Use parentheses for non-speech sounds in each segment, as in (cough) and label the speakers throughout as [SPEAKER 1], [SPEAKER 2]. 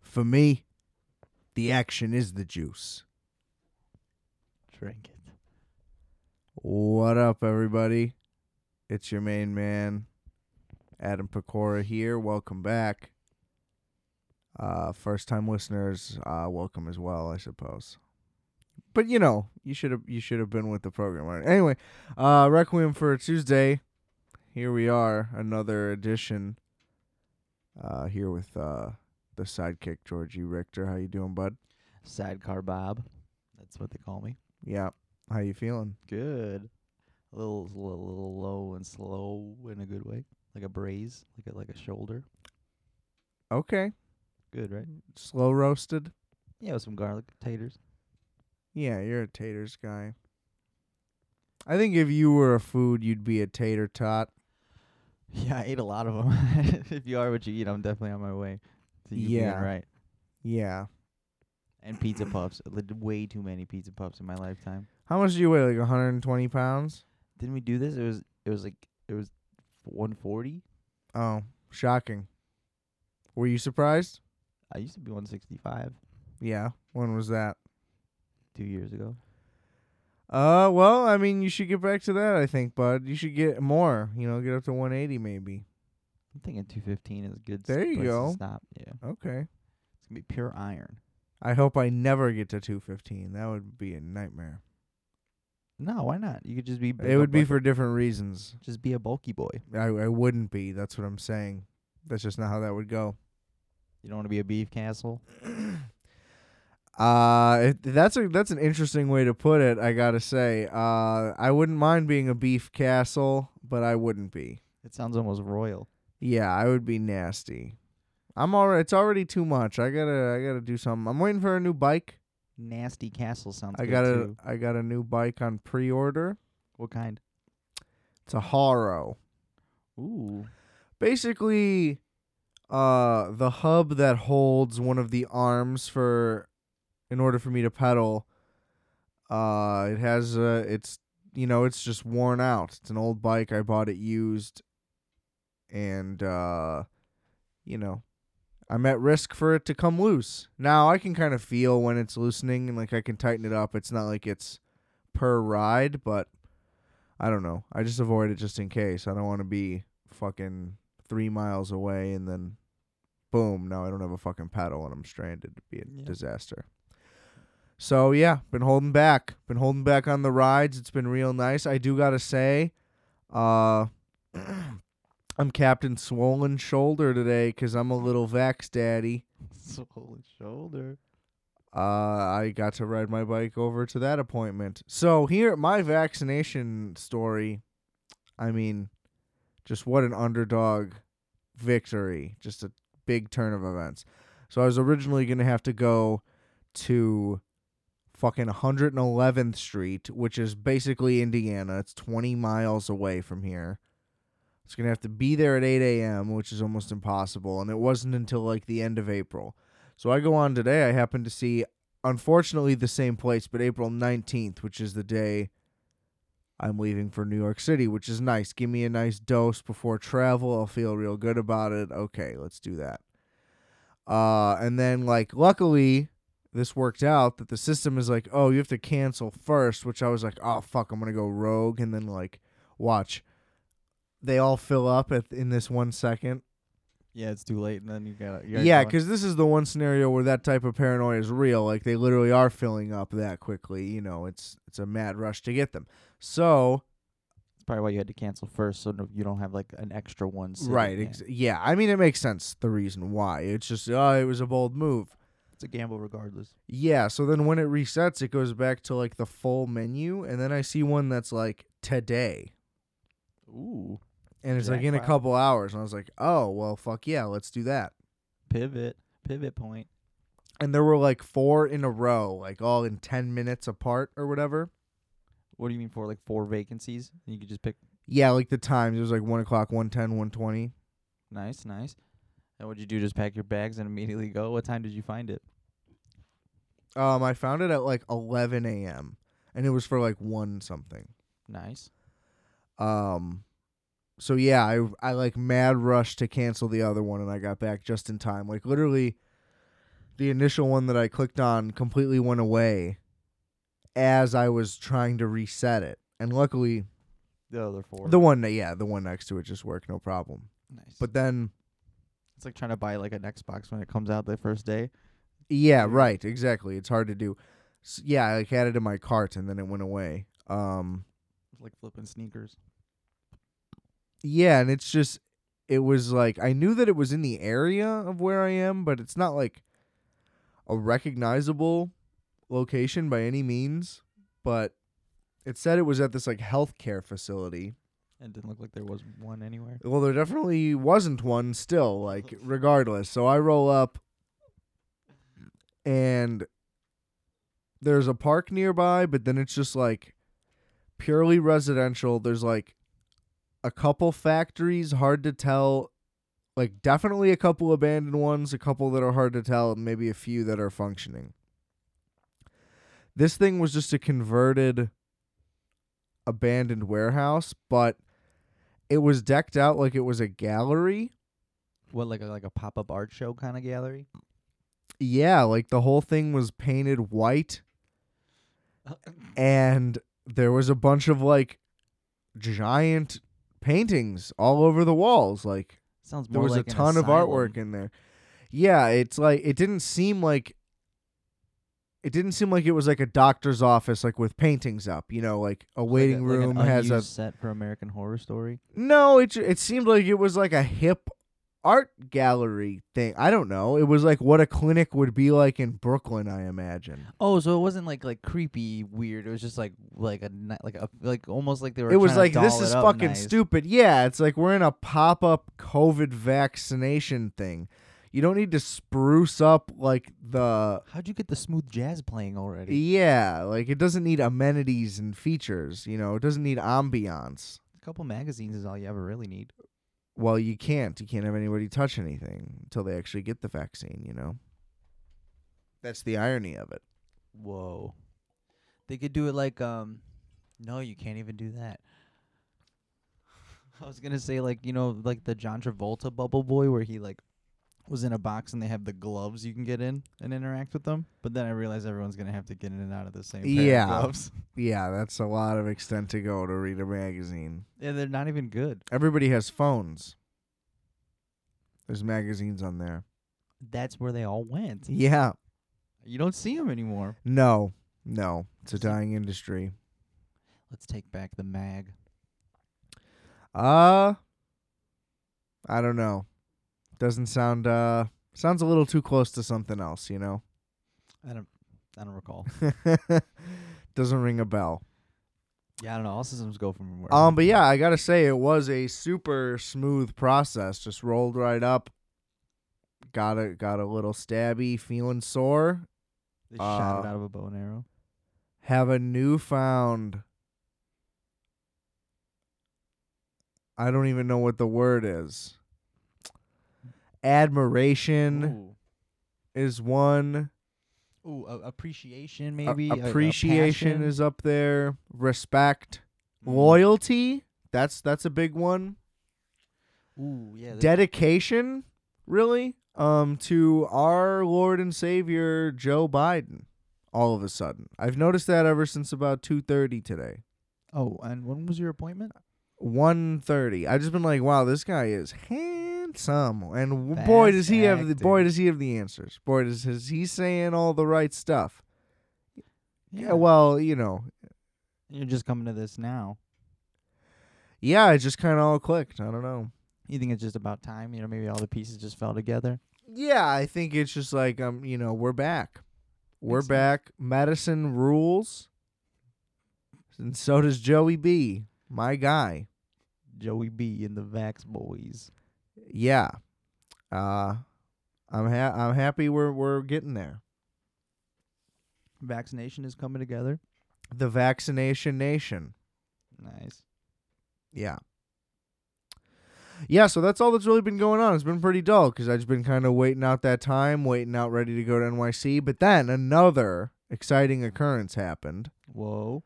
[SPEAKER 1] For me, the action is the juice.
[SPEAKER 2] Drink it.
[SPEAKER 1] What up, everybody? It's your main man, Adam Pecora here. Welcome back. Uh, first time listeners, uh, welcome as well, I suppose. But you know, you should have you should have been with the program. Right? Anyway, uh, Requiem for a Tuesday. Here we are, another edition. Uh, here with uh, the sidekick Georgie Richter. How you doing, bud?
[SPEAKER 2] Sidecar Bob. That's what they call me.
[SPEAKER 1] Yeah. How you feeling?
[SPEAKER 2] Good. A little, s- little, little low and slow in a good way, like a braise, like a like a shoulder.
[SPEAKER 1] Okay.
[SPEAKER 2] Good, right?
[SPEAKER 1] Slow roasted.
[SPEAKER 2] Mm, Yeah, with some garlic taters.
[SPEAKER 1] Yeah, you're a taters guy. I think if you were a food, you'd be a tater tot.
[SPEAKER 2] (laughs) Yeah, I ate a lot of 'em. (laughs) if you are what you eat, I'm definitely on my way. To you being
[SPEAKER 1] Yeah.
[SPEAKER 2] right.
[SPEAKER 1] Yeah.
[SPEAKER 2] And pizza puffs. Li- Way too many pizza puffs in my lifetime.
[SPEAKER 1] How much do you weigh? Like 120 pounds?
[SPEAKER 2] Didn't we do this? It was it was like it was 140.
[SPEAKER 1] Oh, shocking. Were you surprised?
[SPEAKER 2] I used to be 165
[SPEAKER 1] Yeah. When was that?
[SPEAKER 2] two years ago.
[SPEAKER 1] Uh, well, I mean, you should get back to that, I think, bud. You should get more. You know, get up to 180 maybe.
[SPEAKER 2] I'm thinking 215 is a good. s-
[SPEAKER 1] There you
[SPEAKER 2] place to
[SPEAKER 1] go.
[SPEAKER 2] Stop. Yeah,
[SPEAKER 1] Okay.
[SPEAKER 2] it's gonna be pure iron.
[SPEAKER 1] I hope I never get to 215. That would be a nightmare.
[SPEAKER 2] No, why not? You could just be.
[SPEAKER 1] It would be for different reasons.
[SPEAKER 2] just be a bulky boy.
[SPEAKER 1] I, I wouldn't be. That's what I'm saying. That's just not how that would go.
[SPEAKER 2] You don't want to be a beef castle.
[SPEAKER 1] Uh, it, that's a that's an interesting way to put it. I gotta say, uh, I wouldn't mind being a beef castle, but I wouldn't be.
[SPEAKER 2] It sounds almost royal.
[SPEAKER 1] Yeah, I would be nasty. I'm already. It's already too much. I gotta. I gotta do something. I'm waiting for a new bike.
[SPEAKER 2] Nasty castle sounds.
[SPEAKER 1] I
[SPEAKER 2] good
[SPEAKER 1] got a.
[SPEAKER 2] too.
[SPEAKER 1] I got a new bike on pre-order.
[SPEAKER 2] What kind?
[SPEAKER 1] It's a Haro.
[SPEAKER 2] Ooh, (laughs)
[SPEAKER 1] Basically, uh, the hub that holds one of the arms for, in order for me to pedal. Uh, it has uh, it's you know, it's just worn out. It's an old bike. I bought it used. And, uh, you know, I'm at risk for it to come loose. Now I can kind of feel when it's loosening and, like, I can tighten it up. It's not like it's per ride, but I don't know. I just avoid it just in case. I don't want to be fucking three miles away and then boom, now I don't have a fucking pedal and I'm stranded. It'd be a
[SPEAKER 2] Yeah.
[SPEAKER 1] disaster. So yeah, been holding back. Been holding back on the rides. It's been real nice. I do gotta say, uh (clears throat) I'm Captain Swollen Shoulder today 'cause I'm a little vax daddy.
[SPEAKER 2] swollen shoulder.
[SPEAKER 1] Uh I got to ride my bike over to that appointment. So here my vaccination story, I mean, just what an underdog victory. Just a big turn of events. So I was originally gonna have to go to fucking 111th Street, which is basically Indiana. It's 20 miles away from here. It's gonna have to be there at 8 a.m., which is almost impossible, and it wasn't until like the end of April. So I go on today. I happen to see, unfortunately, the same place, but April 19th, which is the day I'm leaving for New York City, which is nice. Give me a nice dose before travel. I'll feel real good about it. Okay, let's do that. Uh, and then like luckily this worked out that the system is like, oh, you have to cancel first, which I was like, oh fuck, I'm gonna go rogue, and then like, watch, they all fill up at in this one second.
[SPEAKER 2] Yeah, it's too late, and then you gotta. you already
[SPEAKER 1] Yeah,
[SPEAKER 2] gone.
[SPEAKER 1] because this is the one scenario where that type of paranoia is real. Like they literally are filling up that quickly. You know, it's it's a mad rush to get them. So
[SPEAKER 2] That's probably why you had to cancel first, so no- you don't have like an extra one. sitting
[SPEAKER 1] right,
[SPEAKER 2] there.
[SPEAKER 1] ex- yeah. I mean, it makes sense the reason why. It's just oh, it was a bold move.
[SPEAKER 2] it's a gamble regardless.
[SPEAKER 1] Yeah. So then when it resets, it goes back to like the full menu, and then I see one that's like today,
[SPEAKER 2] Ooh,
[SPEAKER 1] and it's like in a
[SPEAKER 2] Jackpot.
[SPEAKER 1] couple hours, and I was like, oh well, fuck yeah, let's do that.
[SPEAKER 2] pivot, pivot point.
[SPEAKER 1] And there were like four in a row, like all in ten minutes apart or whatever.
[SPEAKER 2] What do you mean for like four vacancies? You could just pick.
[SPEAKER 1] Yeah, like the times. It was like one o'clock, one ten, one twenty.
[SPEAKER 2] Nice, nice. And what'd you do? Just pack your bags and immediately go. What time did you find it?
[SPEAKER 1] Um, I found it at like eleven a.m. and it was for like one something.
[SPEAKER 2] Nice.
[SPEAKER 1] Um, so yeah, I I like mad rush to cancel the other one, and I got back just in time. Like literally, the initial one that I clicked on completely went away as I was trying to reset it. And luckily,
[SPEAKER 2] The other four.
[SPEAKER 1] the one, that- yeah, the one next to it just worked, no problem.
[SPEAKER 2] nice.
[SPEAKER 1] But then,
[SPEAKER 2] it's like trying to buy like an Xbox when it comes out the first day.
[SPEAKER 1] yeah,
[SPEAKER 2] Yeah.
[SPEAKER 1] right, exactly. It's hard to do. S yeah, I like, had it in my cart and then it went away. Um,
[SPEAKER 2] It's like flipping sneakers.
[SPEAKER 1] yeah, and it's just, it was like, I knew that it was in the area of where I am, but it's not like a recognizable location by any means. But it said it was at this like healthcare facility.
[SPEAKER 2] And it didn't look like there was one anywhere.
[SPEAKER 1] Well, there definitely wasn't one still, like, regardless. So I roll up, and there's a park nearby, but then it's just like purely residential. There's like a couple factories, hard to tell. Like, definitely a couple abandoned ones, a couple that are hard to tell, and maybe a few that are functioning. This thing was just a converted abandoned warehouse, but it was decked out like it was a gallery.
[SPEAKER 2] What like a, like a pop up art show kind of (laughs) gallery?
[SPEAKER 1] Yeah, like the whole thing was painted white and there was a bunch of like giant paintings all over the walls. Like
[SPEAKER 2] Sounds
[SPEAKER 1] there
[SPEAKER 2] more
[SPEAKER 1] was
[SPEAKER 2] like
[SPEAKER 1] a
[SPEAKER 2] an
[SPEAKER 1] ton of
[SPEAKER 2] asylum.
[SPEAKER 1] artwork in there. Yeah, it's like it didn't seem like it didn't seem like it was like a doctor's office like with paintings up, you know, like a
[SPEAKER 2] Like a-
[SPEAKER 1] waiting
[SPEAKER 2] like an
[SPEAKER 1] room has a
[SPEAKER 2] unused set for American Horror Story.
[SPEAKER 1] No, it ju- it seemed like it was like a hip art gallery thing. I don't know. It was like what a clinic would be like in Brooklyn, I imagine.
[SPEAKER 2] Oh, so it wasn't like like creepy weird. It was just like like a ni- like a like almost like they were.
[SPEAKER 1] It was
[SPEAKER 2] tryna
[SPEAKER 1] like this
[SPEAKER 2] doll
[SPEAKER 1] is
[SPEAKER 2] it up
[SPEAKER 1] fucking
[SPEAKER 2] nice.
[SPEAKER 1] stupid. Yeah, it's like we're in a pop-up COVID vaccination thing. You don't need to spruce up like the
[SPEAKER 2] How'd you get the smooth jazz playing
[SPEAKER 1] E
[SPEAKER 2] already?
[SPEAKER 1] yeah, like it doesn't need amenities and features, you know. It doesn't need ambiance.
[SPEAKER 2] A couple magazines is all you ever really need.
[SPEAKER 1] Well, you can't. You can't have anybody touch anything until they actually get the vaccine, you know. That's the irony of it.
[SPEAKER 2] Whoa. They could do it like um no, you can't even do (laughs) that. I was gonna say like, you know, like the John Travolta bubble boy where he like was in a box and they have the gloves you can get in and interact with them. But then I realized everyone's gonna have to get in and out of the same pair
[SPEAKER 1] Yeah.
[SPEAKER 2] of gloves. (laughs)
[SPEAKER 1] Yeah, that's a lot of extent to go to read a magazine.
[SPEAKER 2] Yeah, they're not even good.
[SPEAKER 1] Everybody has phones. There's magazines on there.
[SPEAKER 2] That's where they all went.
[SPEAKER 1] Yeah.
[SPEAKER 2] You don't see them anymore.
[SPEAKER 1] No. No. It's a dying industry.
[SPEAKER 2] Let's take back the mag.
[SPEAKER 1] Uh I don't know. Doesn't sound uh sounds a little too close to something else, you know. (laughs)
[SPEAKER 2] I don't I don't recall.
[SPEAKER 1] Doesn't ring a bell.
[SPEAKER 2] yeah, I don't know. All systems go from where
[SPEAKER 1] Um, but yeah, I gotta say it was a super smooth process. Just rolled right up. Got a got a little stabby, feeling sore.
[SPEAKER 2] they shot it
[SPEAKER 1] uh,
[SPEAKER 2] out of a bow and arrow.
[SPEAKER 1] Have a newfound. I don't even know what the word is. Admiration
[SPEAKER 2] Ooh.
[SPEAKER 1] is one.
[SPEAKER 2] Ooh, a- appreciation
[SPEAKER 1] a-
[SPEAKER 2] maybe. a- a
[SPEAKER 1] appreciation
[SPEAKER 2] passion.
[SPEAKER 1] is up there. Respect,
[SPEAKER 2] Mm.
[SPEAKER 1] loyalty. That's that's a big one.
[SPEAKER 2] Ooh, yeah. that-
[SPEAKER 1] dedication, really, um, to our Lord and Savior Joe Biden. All of a sudden, I've noticed that ever since about two thirty today,
[SPEAKER 2] oh, and when was your appointment?
[SPEAKER 1] one thirty. I've just been like, wow, this guy is handsome, and w- boy does he have the boy
[SPEAKER 2] Fantastic.
[SPEAKER 1] does he have the answers. Boy does his, he's saying all the right stuff. Yeah, well, you know,
[SPEAKER 2] you're just coming to this now.
[SPEAKER 1] yeah, it just kind of all clicked. I don't know.
[SPEAKER 2] You think it's just about time? You know, maybe all the pieces just fell together.
[SPEAKER 1] Yeah, I think it's just like um, you know, we're back. We're
[SPEAKER 2] Makes sense.
[SPEAKER 1] back. Medicine rules. And so does Joey B, my guy.
[SPEAKER 2] Joey B and the Vax Boys.
[SPEAKER 1] Yeah. Uh I'm ha- I'm happy we're we're getting there.
[SPEAKER 2] Vaccination is coming together.
[SPEAKER 1] The vaccination nation.
[SPEAKER 2] Nice.
[SPEAKER 1] Yeah. Yeah, so that's all that's really been going on. It's been pretty dull because I've just been kind of waiting out that time, waiting out ready to go to NYC. But then another exciting occurrence happened.
[SPEAKER 2] Whoa.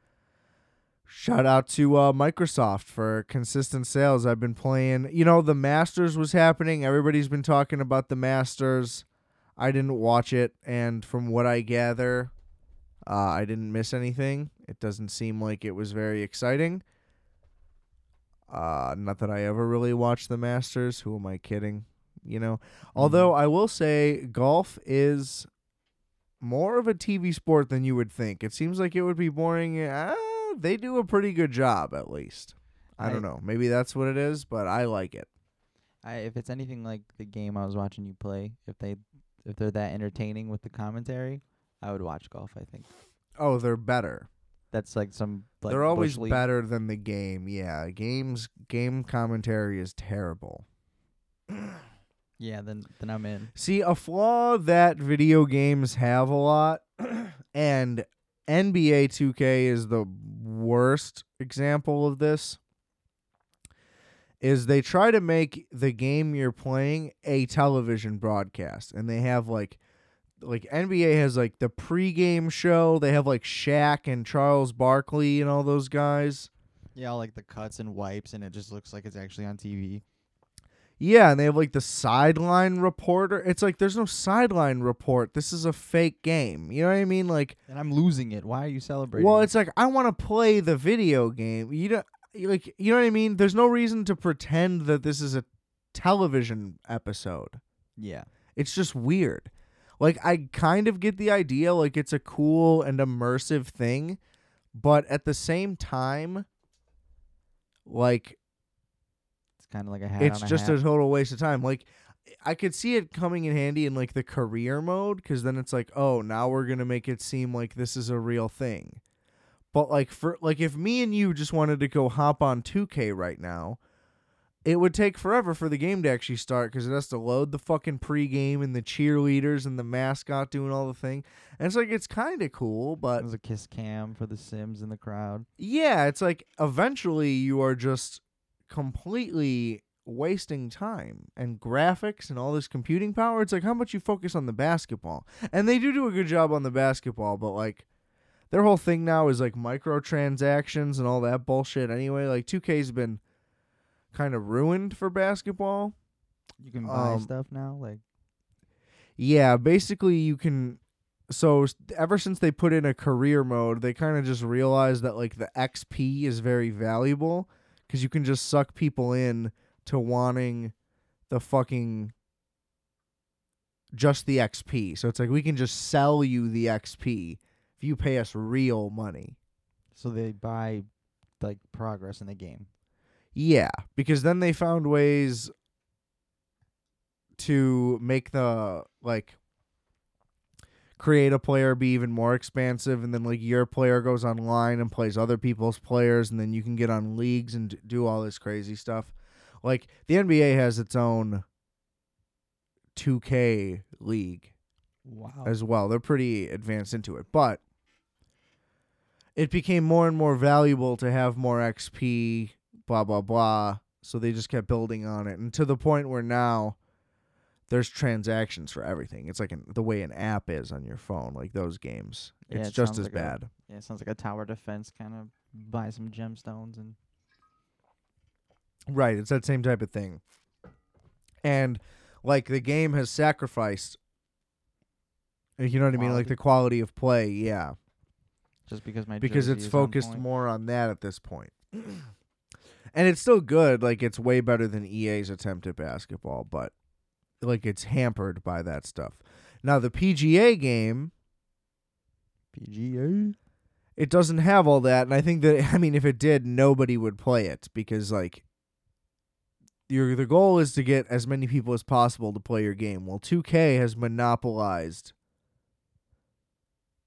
[SPEAKER 1] Shout out to uh, Microsoft for consistent sales. I've been playing. You know, the Masters was happening. Everybody's been talking about the Masters. I didn't watch it, and from what I gather, uh, I didn't miss anything. It doesn't seem like it was very exciting. Uh, not that I ever really watched the Masters. Who am I kidding? You know. Although I will say, golf is more of a TV sport than you would think. It seems like it would be boring. Uh, they do a pretty good job, at least. I don't
[SPEAKER 2] I-
[SPEAKER 1] know. Maybe that's what it is, but I like it.
[SPEAKER 2] I if it's anything like the game I was watching you play, if they if they're that entertaining with the commentary, I would watch golf. I think
[SPEAKER 1] Oh, they're better.
[SPEAKER 2] that's like some. Like,
[SPEAKER 1] They're always
[SPEAKER 2] Bush league-
[SPEAKER 1] better than the game. Yeah, games game commentary is terrible.
[SPEAKER 2] Yeah, then then I'm in.
[SPEAKER 1] See, a flaw that video games have a lot (clears throat) and NBA 2K is the worst example of this is they try to make the game you're playing a television broadcast and they have like like NBA has like the pregame show, they have like Shaq and Charles Barkley and all those guys.
[SPEAKER 2] Yeah, like the cuts and wipes, and it just looks like it's actually on TV.
[SPEAKER 1] Yeah, and they have like the sideline reporter. It's like there's no sideline report. This is a fake game. You know what I mean? Like,
[SPEAKER 2] And I'm losing it. Why are you celebrating?
[SPEAKER 1] well, it's like I want to play the video game. You don't you like you know what I mean? There's no reason to pretend that this is a television episode.
[SPEAKER 2] yeah.
[SPEAKER 1] It's just weird. Like I kind of get the idea like it's a cool and immersive thing, but at the same time like
[SPEAKER 2] It's kind of like a hat.
[SPEAKER 1] it's
[SPEAKER 2] on a
[SPEAKER 1] just
[SPEAKER 2] hat.
[SPEAKER 1] a total waste of time. Like I could see it coming in handy in like the career mode cuz then it's like, "Oh, now we're going to make it seem like this is a real thing." But like for like if me and you just wanted to go hop on 2K right now, it would take forever for the game to actually start cuz it has to load the fucking pregame and the cheerleaders and the mascot doing all the thing. And it's like it's kind of cool, but
[SPEAKER 2] There's a kiss cam for the Sims in the crowd.
[SPEAKER 1] yeah, it's like eventually you are just completely wasting time and graphics and all this computing power. It's like how much you focus on the basketball. And they do do a good job on the basketball, but like their whole thing now is like microtransactions and all that bullshit anyway. Like 2K's been kind of ruined for basketball.
[SPEAKER 2] You can buy
[SPEAKER 1] Um,
[SPEAKER 2] stuff now. Like
[SPEAKER 1] Yeah, basically you can. So s- ever since they put in a career mode, they kind of just realized that like the XP is very valuable because you can just suck people in to wanting the fucking just the XP. So it's like we can just sell you the XP if you pay us real money.
[SPEAKER 2] so, they buy like progress in the game.
[SPEAKER 1] Yeah, because then they found ways to make the like create a player be even more expansive and then like your player goes online and plays other people's players and then you can get on leagues and d- do all this crazy stuff. Like the NBA has its own 2K league
[SPEAKER 2] Wow.
[SPEAKER 1] as well. They're pretty advanced into it, but it became more and more valuable to have more XP, blah blah blah. So they just kept building on it, and to the point where now there's transactions for everything. It's like an, the way an app is on your phone, like those games.
[SPEAKER 2] Yeah,
[SPEAKER 1] it's
[SPEAKER 2] it
[SPEAKER 1] just
[SPEAKER 2] sounds
[SPEAKER 1] as
[SPEAKER 2] like a-
[SPEAKER 1] bad.
[SPEAKER 2] yeah, sounds like a tower defense kind of. Buy some gemstones and
[SPEAKER 1] Right, it's that same type of thing. And like the game has sacrificed you know what I mean? Like
[SPEAKER 2] Quality.
[SPEAKER 1] the quality of play, yeah.
[SPEAKER 2] just because my
[SPEAKER 1] because
[SPEAKER 2] jersey
[SPEAKER 1] it's
[SPEAKER 2] is on
[SPEAKER 1] focused
[SPEAKER 2] point.
[SPEAKER 1] more on that at this point. (clears throat) and it's still good, like it's way better than EA's attempt at basketball, but like it's hampered by that stuff. Now the PGA game,
[SPEAKER 2] PGA.
[SPEAKER 1] it doesn't have all that, and I think that (laughs) I mean if it did, nobody would play it because like your the goal is to get as many people as possible to play your game. Well, 2K has monopolized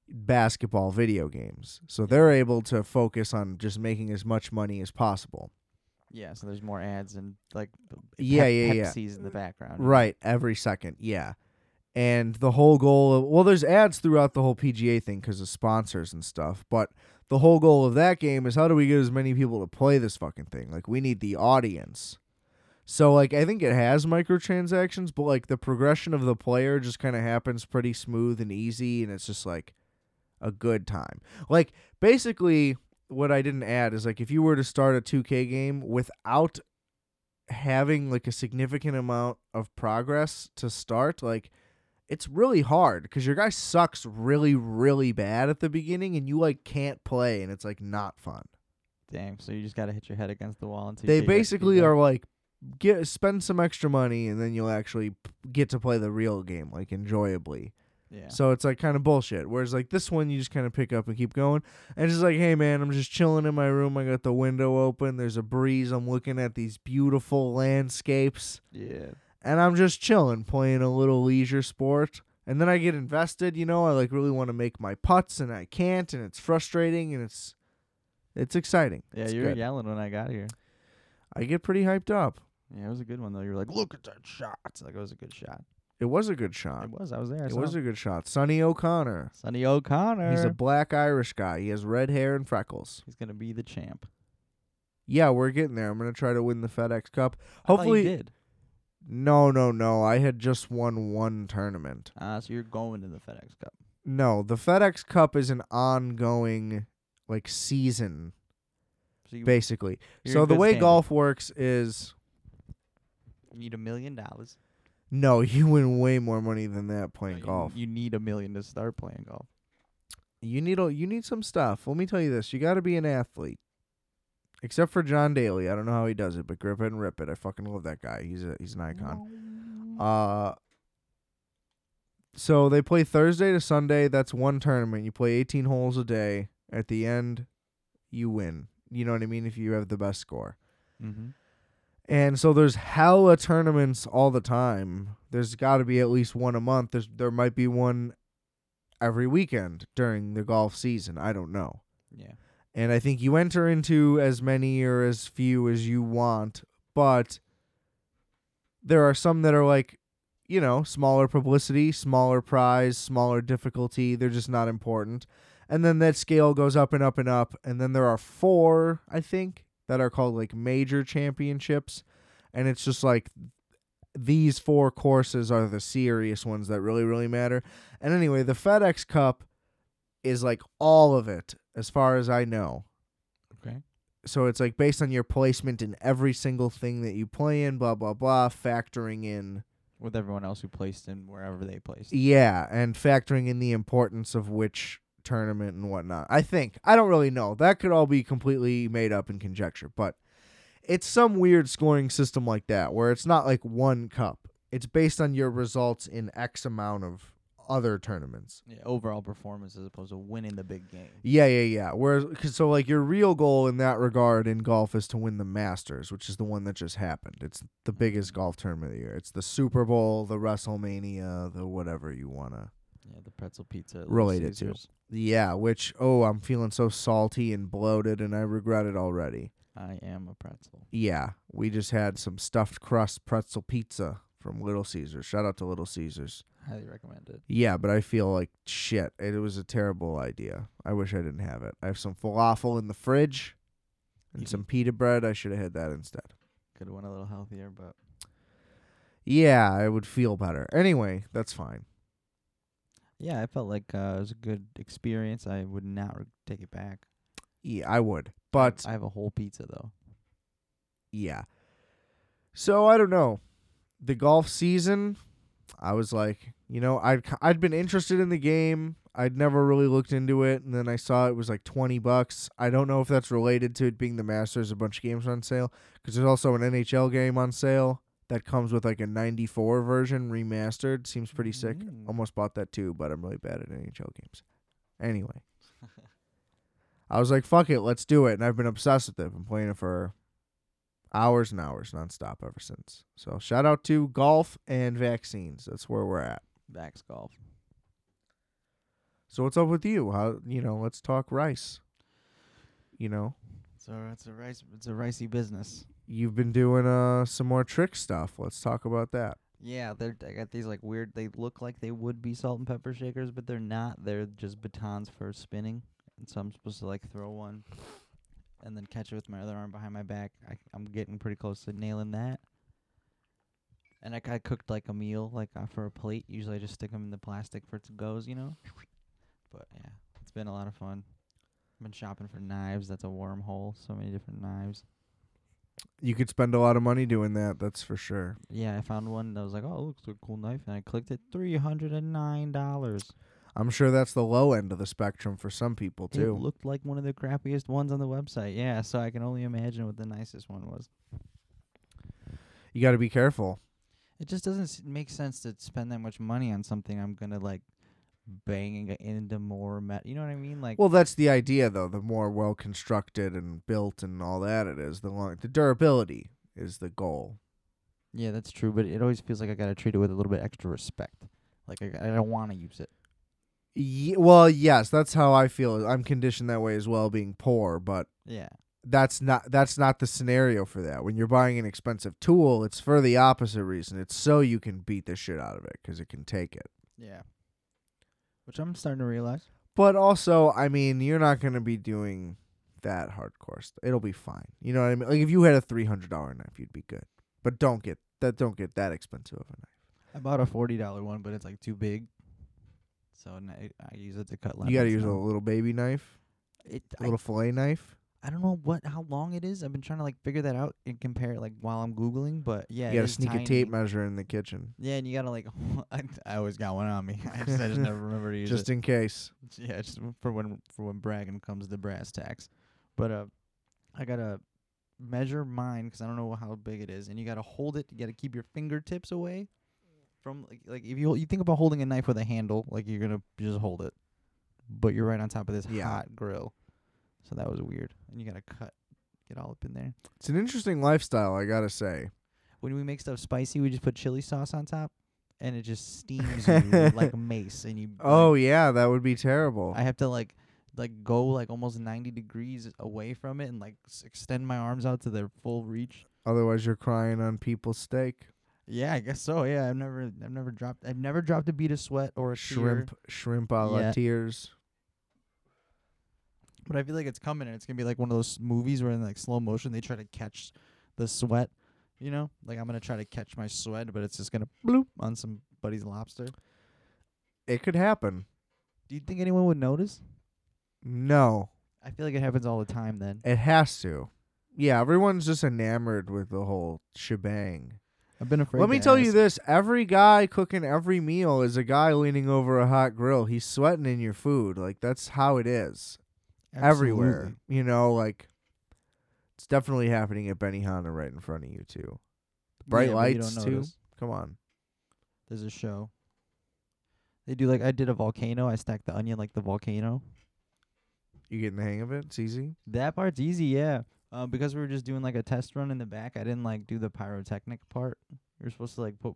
[SPEAKER 1] basketball video games. So they're able to focus on just making as much money as possible.
[SPEAKER 2] Yeah, so there's more ads and like the
[SPEAKER 1] Yeah,
[SPEAKER 2] Pep-
[SPEAKER 1] yeah, yeah.
[SPEAKER 2] Pepsi's in the background.
[SPEAKER 1] Right, every second, yeah. And the whole goal of well, there's ads throughout the whole PGA thing because of sponsors and stuff. But the whole goal of that game is how do we get as many people to play this fucking thing? Like we need the audience. So like I think it has microtransactions, but like the progression of the player just kind of happens pretty smooth and easy, and it's just like a good time. Like basically, what I didn't add is like if you were to start a 2K game without having like a significant amount of progress to start like it's really hard because your guy sucks really, really bad at the beginning, and you like can't play, and it's like not fun.
[SPEAKER 2] Damn. So you just gotta hit your head against the wall until
[SPEAKER 1] they
[SPEAKER 2] you get your
[SPEAKER 1] basically
[SPEAKER 2] feet up.
[SPEAKER 1] are like get spend some extra money, and then you'll actually p- get to play the real game like enjoyably.
[SPEAKER 2] Yeah.
[SPEAKER 1] So it's like kind of bullshit. Whereas like this one, you just kind of pick up and keep going. And it's just like, hey man, I'm just chilling in my room. I got the window open. There's a breeze. I'm looking at these beautiful landscapes,
[SPEAKER 2] yeah.
[SPEAKER 1] and I'm just chilling, playing a little leisure sport. And then I get invested. You know, I like really want to make my putts, and I can't, and it's frustrating, and it's it's exciting.
[SPEAKER 2] Yeah.
[SPEAKER 1] It's
[SPEAKER 2] You were
[SPEAKER 1] good.
[SPEAKER 2] yelling when I got here.
[SPEAKER 1] I get pretty hyped up.
[SPEAKER 2] Yeah, it was a good one though. You were like, "Look at that shot!" Like it was a good shot.
[SPEAKER 1] It was a good shot.
[SPEAKER 2] It was. I was there. I
[SPEAKER 1] It
[SPEAKER 2] saw
[SPEAKER 1] was a good shot. Sonny O'Connor.
[SPEAKER 2] Sonny O'Connor.
[SPEAKER 1] He's a black Irish guy. He has red hair and freckles.
[SPEAKER 2] He's gonna be the champ.
[SPEAKER 1] Yeah, we're getting there. I'm gonna try to win the FedEx Cup.
[SPEAKER 2] I thought you
[SPEAKER 1] Hopefully,
[SPEAKER 2] did.
[SPEAKER 1] no, no, no. I had just won one tournament.
[SPEAKER 2] Uh, so you're going to the FedEx Cup.
[SPEAKER 1] No, the FedEx Cup is an ongoing like season,
[SPEAKER 2] So you,
[SPEAKER 1] basically.
[SPEAKER 2] you're
[SPEAKER 1] so
[SPEAKER 2] in
[SPEAKER 1] the
[SPEAKER 2] good
[SPEAKER 1] way
[SPEAKER 2] standing.
[SPEAKER 1] golf works is
[SPEAKER 2] you need a million dollars.
[SPEAKER 1] no, (laughs) you win way more money than that playing
[SPEAKER 2] No, you-
[SPEAKER 1] golf.
[SPEAKER 2] You, need a million to start playing golf.
[SPEAKER 1] you need a, you need some stuff. Let me tell you this: you got to be an athlete. Except for John Daly, I don't know how he does it, but grip it and rip it. I fucking love that guy. He's a he's an icon. Uh, so they play Thursday to Sunday. That's one tournament. You play 18 holes a day. At the end, you win. You know what I mean? If you have the best score.
[SPEAKER 2] Mm-hmm.
[SPEAKER 1] And so there's hella tournaments all the time. There's got to be at least one a month. There's, there might be one every weekend during the golf season. I don't know.
[SPEAKER 2] Yeah.
[SPEAKER 1] And I think you enter into as many or as few as you want, but there are some that are like, you know, smaller publicity, smaller prize, smaller difficulty. They're just not important. And then that scale goes up and up and up. And then there are four, I think, that are called like major championships. And it's just like these four courses are the serious ones that really, really matter. And anyway, the FedEx Cup is like all of it, as far as I know.
[SPEAKER 2] Okay.
[SPEAKER 1] So it's like based on your placement in every single thing that you play in, blah, blah, blah, factoring in.
[SPEAKER 2] With everyone else who placed in wherever they placed.
[SPEAKER 1] Yeah, and factoring in the importance of which tournament and whatnot. I think. I don't really know. That could all be completely made up in conjecture, but it's some weird scoring system like that where it's not like one cup. It's based on your results in X amount of other tournaments.
[SPEAKER 2] Yeah, overall performance as opposed to winning the big game.
[SPEAKER 1] Yeah, yeah, yeah. Whereas, cause so like your real goal in that regard in golf is to win the Masters, which is the one that just happened. It's the biggest golf tournament of the year. It's the Super Bowl, the WrestleMania, the whatever you wanna.
[SPEAKER 2] Yeah, the pretzel pizza. at Little
[SPEAKER 1] Related to.
[SPEAKER 2] Caesars.
[SPEAKER 1] Yeah, which oh, I'm feeling so salty and bloated, and I regret it already.
[SPEAKER 2] I am a pretzel.
[SPEAKER 1] Yeah, we just had some stuffed crust pretzel pizza from Little Caesars. Shout out to Little Caesars.
[SPEAKER 2] Highly recommended.
[SPEAKER 1] Yeah, but I feel like shit. It was a terrible idea. I wish I didn't have it. I have some falafel in the fridge and
[SPEAKER 2] You
[SPEAKER 1] some pita bread. I should have had that instead.
[SPEAKER 2] Could have went a little healthier, but
[SPEAKER 1] Yeah, I would feel better. Anyway, that's fine.
[SPEAKER 2] yeah, I felt like uh, it was a good experience. I would not re- take it back.
[SPEAKER 1] Yeah, I would. But
[SPEAKER 2] I have a whole pizza though.
[SPEAKER 1] yeah. So I don't know. The golf season, I was like, you know, I'd ki- I'd been interested in the game. I'd never really looked into it, and then I saw it was like twenty bucks. I don't know if that's related to it being the Masters, a bunch of games on sale, because there's also an NHL game on sale that comes with like a '94 version remastered. Seems pretty sick.
[SPEAKER 2] Mm.
[SPEAKER 1] Almost bought that too, but I'm really bad at NHL games. Anyway, I was like, fuck it, let's do it. And I've been obsessed with it. I've been playing it for hours and hours nonstop ever since. So shout out to golf and vaccines. That's where we're at.
[SPEAKER 2] Vax golf.
[SPEAKER 1] So what's up with you? How you know, let's talk rice. You know?
[SPEAKER 2] So it's a rice. It's a ricey business.
[SPEAKER 1] You've been doing uh some more trick stuff. Let's talk about that.
[SPEAKER 2] Yeah, they're. I got these like weird. They look like they would be salt and pepper shakers, but they're not. They're just batons for spinning. And so I'm supposed to like throw one, and then catch it with my other arm behind my back. I, I'm getting pretty close to nailing that. And I, I cooked like a meal, like uh, for a plate. Usually I just stick 'em in the plastic for to goes, you know. But yeah, it's been a lot of fun. I've been shopping for knives. That's a wormhole. So many different knives.
[SPEAKER 1] You could spend a lot of money doing that, that's for sure.
[SPEAKER 2] Yeah, I found one that was like, oh, it looks like a cool knife, and I clicked it. Three hundred and nine dollars.
[SPEAKER 1] I'm sure that's the low end of the spectrum for some people
[SPEAKER 2] It
[SPEAKER 1] too.
[SPEAKER 2] looked like one of the crappiest ones on the website. Yeah, so I can only imagine what the nicest one was.
[SPEAKER 1] You got to be careful.
[SPEAKER 2] It just doesn't s- make sense to spend that much money on something I'm gonna like banging it into more metal. You know what I mean? Like,
[SPEAKER 1] Well, that's the idea though. The more well constructed and built and all that it is, the long the durability is the goal.
[SPEAKER 2] yeah, that's true, but it always feels like I gotta treat it with a little bit extra respect. Like I, I don't want to use it.
[SPEAKER 1] Ye well, yes, that's how I feel. I'm conditioned that way as well being poor, but
[SPEAKER 2] Yeah.
[SPEAKER 1] that's not that's not the scenario for that. When you're buying an expensive tool, it's for the opposite reason. It's so you can beat the shit out of it cuz it can take it.
[SPEAKER 2] Yeah. Which I'm starting to realize.
[SPEAKER 1] But also, I mean, you're not going to be doing that hardcore. St- It'll be fine. You know what I mean? Like if you had a three hundred dollar knife, you'd be good. But don't get that. Don't get that expensive of a knife.
[SPEAKER 2] I bought a forty dollar one, but it's like too big, so n- I, I use it to cut lemons.
[SPEAKER 1] you got to use a
[SPEAKER 2] now.
[SPEAKER 1] little baby knife,
[SPEAKER 2] It,
[SPEAKER 1] a
[SPEAKER 2] I,
[SPEAKER 1] little fillet knife.
[SPEAKER 2] I don't know what how long it is. I've been trying to like figure that out and compare it like while I'm googling, but yeah,
[SPEAKER 1] You
[SPEAKER 2] it
[SPEAKER 1] got to
[SPEAKER 2] is
[SPEAKER 1] sneak
[SPEAKER 2] tiny.
[SPEAKER 1] a tape measure in the kitchen
[SPEAKER 2] Yeah, and you gotta like, (laughs) I, I always got one on me. (laughs) I just, I just never
[SPEAKER 1] (laughs)
[SPEAKER 2] remember to use
[SPEAKER 1] just
[SPEAKER 2] it.
[SPEAKER 1] in case.
[SPEAKER 2] (laughs) yeah, just for when for when bragging comes to brass tacks. But uh, I gotta measure mine 'cause I don't know how big it is, and you gotta hold it. You gotta keep your fingertips away from like, like if you you think about holding a knife with a handle, like you're gonna just hold it, but you're right on top of this
[SPEAKER 1] Yeah.
[SPEAKER 2] hot grill. So that was weird, and you gotta cut, get all up in there.
[SPEAKER 1] It's an interesting lifestyle, I gotta say.
[SPEAKER 2] When we make stuff spicy, we just put chili sauce on top, and it just steams you like mace, and you like,
[SPEAKER 1] Oh yeah, that would be terrible.
[SPEAKER 2] I have to like like go like almost 90 degrees away from it and like s- extend my arms out to their full reach.
[SPEAKER 1] Otherwise, you're crying on people's steak.
[SPEAKER 2] Yeah, I guess so. Yeah, I've never I've never dropped I've never dropped a bead of sweat or a
[SPEAKER 1] Shrimp,
[SPEAKER 2] tear,
[SPEAKER 1] shrimp a la
[SPEAKER 2] Yeah.
[SPEAKER 1] tears.
[SPEAKER 2] but I feel like it's coming and it's going to be like one of those movies where in like slow motion they try to catch the sweat, you know? Like I'm going to try to catch my sweat, but it's just going to bloop on somebody's lobster.
[SPEAKER 1] It could happen.
[SPEAKER 2] Do you think anyone would notice?
[SPEAKER 1] No,
[SPEAKER 2] I feel like it happens all the time then.
[SPEAKER 1] It has to. Yeah, everyone's just enamored with the whole shebang.
[SPEAKER 2] I've been afraid
[SPEAKER 1] Let me
[SPEAKER 2] to
[SPEAKER 1] tell
[SPEAKER 2] ask.
[SPEAKER 1] you this every guy cooking every meal is a guy leaning over a hot grill. He's sweating in your food. Like, that's how it is everywhere.
[SPEAKER 2] Absolutely.
[SPEAKER 1] You know, like, it's definitely happening at Benihana right in front of you, too. Bright
[SPEAKER 2] Yeah, but you
[SPEAKER 1] lights,
[SPEAKER 2] don't
[SPEAKER 1] too.
[SPEAKER 2] notice.
[SPEAKER 1] Come on.
[SPEAKER 2] There's a show. They do like I did a volcano. I stacked the onion like the volcano.
[SPEAKER 1] You getting the hang of it? It's easy.
[SPEAKER 2] That part's easy, yeah. Uh, because we were just doing like a test run in the back, I didn't like do the pyrotechnic part. You're supposed to like put,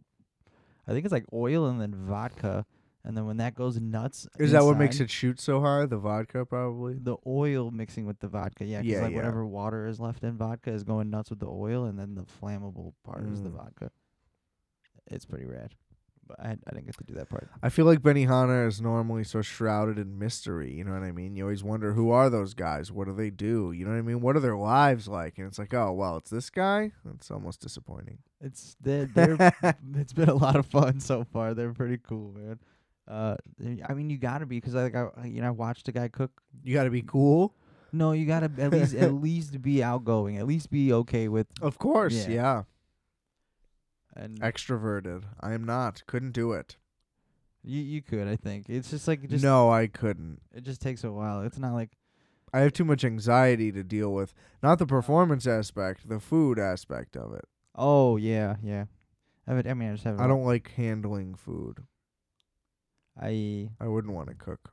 [SPEAKER 2] I think it's like oil and then vodka, and then when that goes nuts,
[SPEAKER 1] Is that what makes
[SPEAKER 2] inside,
[SPEAKER 1] it shoot so high? The vodka, probably.
[SPEAKER 2] The oil mixing with the vodka, yeah, 'cause
[SPEAKER 1] Yeah,
[SPEAKER 2] like
[SPEAKER 1] yeah.
[SPEAKER 2] whatever water is left in vodka is going nuts with the oil, and then the flammable part is the
[SPEAKER 1] Mm.
[SPEAKER 2] vodka. It's pretty rad, but I I didn't get to do
[SPEAKER 1] (laughs)
[SPEAKER 2] that part.
[SPEAKER 1] I feel like Benihana is normally so shrouded in mystery. You know what I mean? You always wonder who are those guys? What do they do? You know what I mean? What are their lives like? And it's like, oh well, it's this guy. That's almost disappointing.
[SPEAKER 2] It's they're, they're
[SPEAKER 1] (laughs)
[SPEAKER 2] it's been a lot of fun so far. They're pretty cool, man. Uh, I- I mean, you gotta be because I like I you know I watched a guy cook.
[SPEAKER 1] You got to be cool.
[SPEAKER 2] No, you gotta at least (laughs) at least be outgoing. At least be okay with
[SPEAKER 1] Of course, yeah.
[SPEAKER 2] Yeah. and
[SPEAKER 1] Extroverted. I am not. Couldn't do it.
[SPEAKER 2] you you could I think it's just like it just
[SPEAKER 1] no, I couldn't.
[SPEAKER 2] it just takes a while. It's not like
[SPEAKER 1] I have too much anxiety to deal with. Not the performance aspect, the food aspect of it.
[SPEAKER 2] oh yeah yeah. I mean I, mean, I just have
[SPEAKER 1] I don't like handling food.
[SPEAKER 2] I
[SPEAKER 1] I wouldn't want to cook.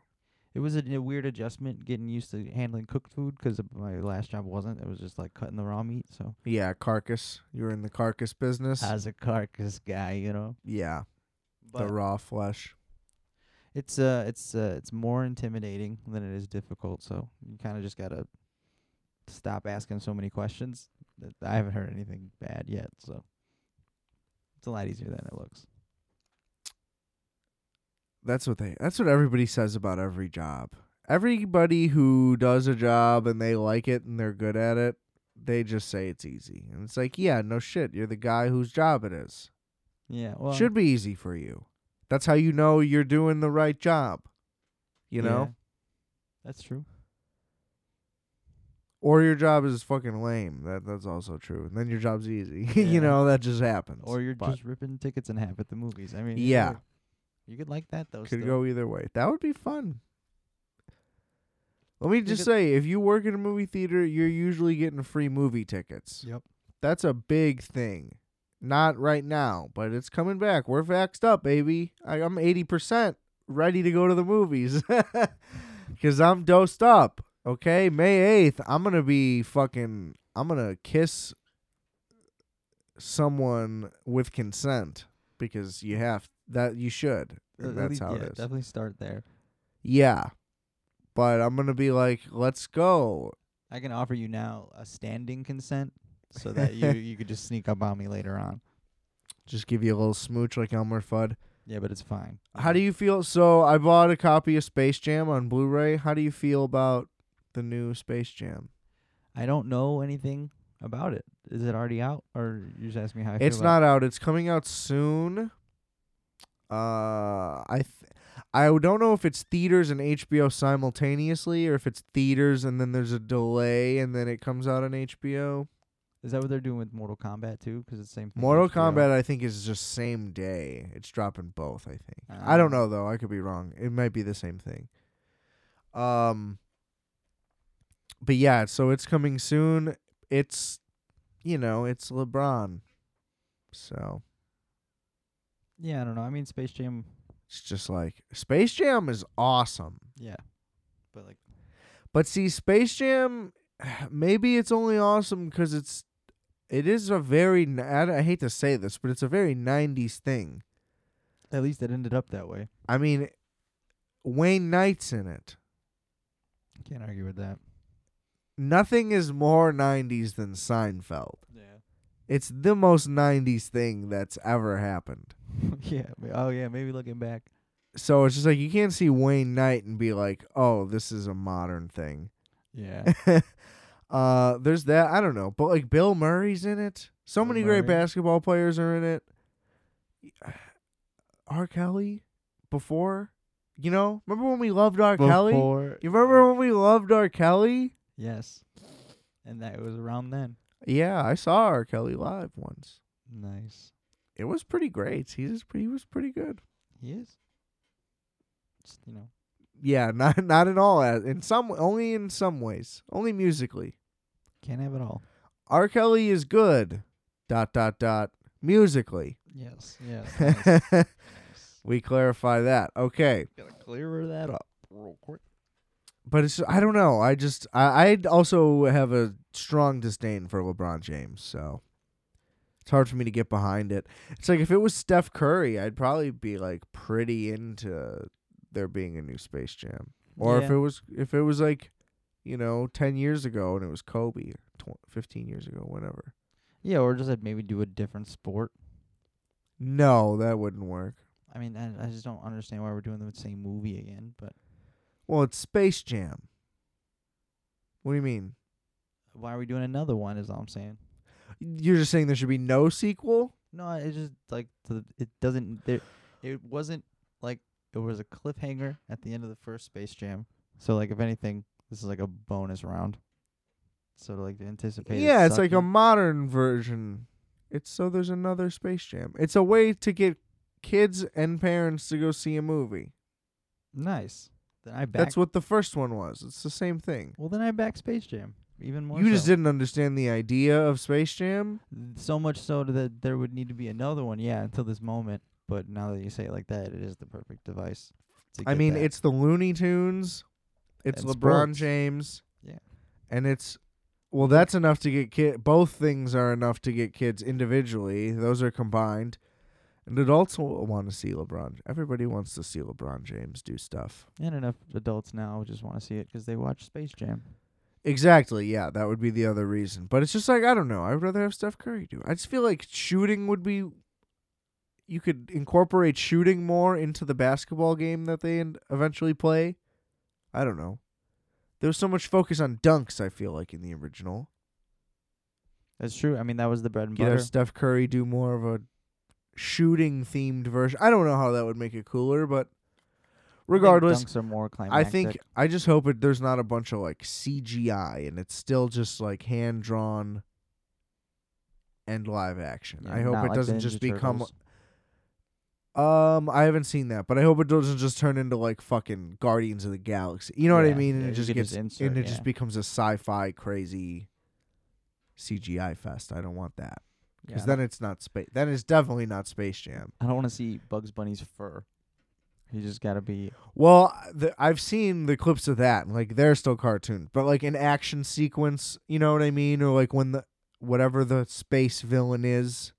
[SPEAKER 2] it was a, a weird adjustment getting used to handling cooked food 'cause my last job wasn't. It was just like cutting the raw meat. So
[SPEAKER 1] Yeah, carcass. You're in the carcass business.
[SPEAKER 2] as a carcass guy, you know.
[SPEAKER 1] yeah, the raw flesh.
[SPEAKER 2] It's uh it's uh it's more intimidating than it is difficult, so you kind of just got to stop asking so many questions. That I haven't heard anything bad yet, so it's a lot easier than it looks.
[SPEAKER 1] That's what they. That's what everybody says about every job. Everybody who does a job and they like it and they're good at it, they just say it's easy. And it's like, yeah, no shit. You're the guy whose job it is.
[SPEAKER 2] Yeah, well
[SPEAKER 1] Should be easy for you. That's how you know you're doing the right job. You know?
[SPEAKER 2] yeah. That's true.
[SPEAKER 1] Or your job is fucking lame. That that's also true. And then your job's easy. (laughs)
[SPEAKER 2] Yeah.
[SPEAKER 1] you know, that just happens.
[SPEAKER 2] Or you're
[SPEAKER 1] But
[SPEAKER 2] just ripping tickets in half at the movies. I mean, either
[SPEAKER 1] Yeah.
[SPEAKER 2] way. you could like that though.
[SPEAKER 1] could
[SPEAKER 2] still.
[SPEAKER 1] go either way. That would be fun. Let me
[SPEAKER 2] Think
[SPEAKER 1] just
[SPEAKER 2] it-
[SPEAKER 1] say, if you work in a movie theater, you're usually getting free movie tickets.
[SPEAKER 2] Yep.
[SPEAKER 1] That's a big thing. Not right now, but it's coming back. We're vaxxed up, baby. I, I'm 80% ready to go to the movies (laughs) because I'm dosed up. Okay, May 8th, I'm going to be fucking, I'm going to kiss someone with consent because you have that, you should.
[SPEAKER 2] Uh, at
[SPEAKER 1] And that's
[SPEAKER 2] least-
[SPEAKER 1] how
[SPEAKER 2] yeah,
[SPEAKER 1] it is.
[SPEAKER 2] Definitely start there.
[SPEAKER 1] Yeah. But I'm going to be like, let's go.
[SPEAKER 2] I can offer you now a standing consent, so that
[SPEAKER 1] (laughs)
[SPEAKER 2] you you could just sneak up on me later on.
[SPEAKER 1] Just give you a little smooch like Elmer Fudd.
[SPEAKER 2] Yeah, but it's fine.
[SPEAKER 1] How do you feel? So I bought a copy of Space Jam on Blu-ray. How do you feel about the new Space Jam?
[SPEAKER 2] I don't know anything about it. Is it already out, or you just asked me how? I
[SPEAKER 1] It's
[SPEAKER 2] feel about
[SPEAKER 1] not out. It's coming out soon. Uh, I, th- I don't know if it's theaters and HBO simultaneously, or if it's theaters and then there's a delay and then it comes out on HBO.
[SPEAKER 2] it? Is that what they're doing with Mortal Kombat too? 'Cause it's the same. Thing
[SPEAKER 1] Mortal
[SPEAKER 2] HBO.
[SPEAKER 1] Kombat, I think, is just same day. It's dropping both. I think. I don't
[SPEAKER 2] Ah.
[SPEAKER 1] know though. I could be wrong. It might be the same thing. Um. But yeah, so it's coming soon. It's, you know, it's LeBron. So
[SPEAKER 2] Yeah, I don't know. I mean, Space Jam.
[SPEAKER 1] it's just like Space Jam is awesome.
[SPEAKER 2] Yeah, but like,
[SPEAKER 1] But see, Space Jam, (sighs) maybe it's only awesome because it's, it is a very. n- I I hate to say this, but it's a very '90s thing.
[SPEAKER 2] at least it ended up that way.
[SPEAKER 1] I mean, Wayne Knight's in it.
[SPEAKER 2] Can't argue with that.
[SPEAKER 1] Nothing is more 90s than Seinfeld.
[SPEAKER 2] Yeah.
[SPEAKER 1] It's the most 90s thing that's ever happened.
[SPEAKER 2] (laughs) yeah. ma- Oh yeah. Maybe looking back.
[SPEAKER 1] So it's just like you can't see Wayne Knight and be like, "Oh, this is a modern thing." (laughs)
[SPEAKER 2] (laughs) Yeah.
[SPEAKER 1] uh, there's that. I don't know, but like Bill Murray's in it. So
[SPEAKER 2] Bill
[SPEAKER 1] many great
[SPEAKER 2] Murray.
[SPEAKER 1] basketball players are in it. (sighs) R. Kelly, before, you know, remember when we loved R. Kelly? You
[SPEAKER 2] Before-
[SPEAKER 1] remember when we loved R. Kelly?
[SPEAKER 2] Yes. And that was around then.
[SPEAKER 1] Yeah, I saw R. Kelly live once.
[SPEAKER 2] Nice.
[SPEAKER 1] it was pretty great. He was pretty, he was pretty good.
[SPEAKER 2] He is. Just, you know.
[SPEAKER 1] Yeah, (laughs) not not at all. uh, In some, only in some ways, only musically.
[SPEAKER 2] Can't have it all.
[SPEAKER 1] R. Kelly is good. Dot dot dot. Musically, (laughs)
[SPEAKER 2] Yes. (laughs) Yes. nice.
[SPEAKER 1] we clarify that. Okay,
[SPEAKER 2] Gotta clear that up real quick.
[SPEAKER 1] but it's I don't know. I just I I also have a strong disdain for LeBron James, so it's hard for me to get behind it. It's like if it was Steph Curry, I'd probably be like pretty into there being a new Space Jam. or if it was if it was like you know 10 years ago and it was kobe or tw- 15 years ago whatever
[SPEAKER 2] yeah, or just like maybe do a different sport.
[SPEAKER 1] no that wouldn't work
[SPEAKER 2] I mean, I, I just don't understand why we're doing the same movie again. But
[SPEAKER 1] well it's space jam what do you mean
[SPEAKER 2] why are we doing another one? Is all I'm saying.
[SPEAKER 1] you're just saying there should be no sequel
[SPEAKER 2] No, it's just like the, it doesn't. There, it wasn't like it was a cliffhanger at the end of the first Space Jam. So like, if anything, this is like a bonus round. So to like anticipate. it
[SPEAKER 1] yeah it's like a
[SPEAKER 2] sucking.
[SPEAKER 1] modern version it's so there's another space jam it's a way to get kids and parents to go see a movie
[SPEAKER 2] nice. Then I back.
[SPEAKER 1] that's what the first one was it's the same thing
[SPEAKER 2] well, then I back Space Jam even more.
[SPEAKER 1] you just
[SPEAKER 2] so.
[SPEAKER 1] didn't understand the idea of space jam
[SPEAKER 2] so much so that there would need to be another one. Yeah, until this moment. But now that you say it like that, it is the perfect device. to
[SPEAKER 1] I
[SPEAKER 2] get
[SPEAKER 1] mean,
[SPEAKER 2] that.
[SPEAKER 1] it's the Looney Tunes, it's
[SPEAKER 2] And
[SPEAKER 1] LeBron
[SPEAKER 2] sports.
[SPEAKER 1] James,
[SPEAKER 2] Yeah.
[SPEAKER 1] and it's well, that's enough to get kid. Both things are enough to get kids individually. Those are combined, and adults will want to see LeBron. Everybody wants to see LeBron James do stuff.
[SPEAKER 2] and enough adults now just want to see it 'cause they watch Space Jam.
[SPEAKER 1] Exactly. Yeah, that would be the other reason. But it's just like I don't know. I'd rather have Steph Curry do. it. I just feel like shooting would be. You could incorporate shooting more into the basketball game that they en- eventually play. I don't know. There was so much focus on dunks. I feel like in the original,
[SPEAKER 2] That's true. I mean, that was the bread and
[SPEAKER 1] you could
[SPEAKER 2] butter.
[SPEAKER 1] have Steph Curry do more of a shooting themed version. I don't know how that would make it cooler, but Regardless,
[SPEAKER 2] dunks are more
[SPEAKER 1] I
[SPEAKER 2] climactic.
[SPEAKER 1] think I just hope it, there's not a bunch of like CGI and it's still just like hand drawn and live action.
[SPEAKER 2] Yeah,
[SPEAKER 1] I hope
[SPEAKER 2] not
[SPEAKER 1] it
[SPEAKER 2] like the
[SPEAKER 1] doesn't
[SPEAKER 2] Ninja
[SPEAKER 1] just become.
[SPEAKER 2] Turtles.
[SPEAKER 1] Um, I haven't seen that, but I hope it doesn't just turn into like fucking Guardians of the Galaxy. You know what I
[SPEAKER 2] Yeah,
[SPEAKER 1] mean? And
[SPEAKER 2] yeah,
[SPEAKER 1] it
[SPEAKER 2] you
[SPEAKER 1] just
[SPEAKER 2] could
[SPEAKER 1] gets
[SPEAKER 2] just insert,
[SPEAKER 1] and it
[SPEAKER 2] yeah.
[SPEAKER 1] just becomes a sci-fi crazy CGI fest. I don't want that
[SPEAKER 2] Yeah,
[SPEAKER 1] because
[SPEAKER 2] I don't-
[SPEAKER 1] then it's not space. Then it's definitely not Space Jam.
[SPEAKER 2] I don't want to see Bugs Bunny's fur. He just got to be
[SPEAKER 1] Well, the, I've seen the clips of that. and, Like they're still cartoon, but like an action sequence, you know what I mean? Or like when the whatever the space villain is,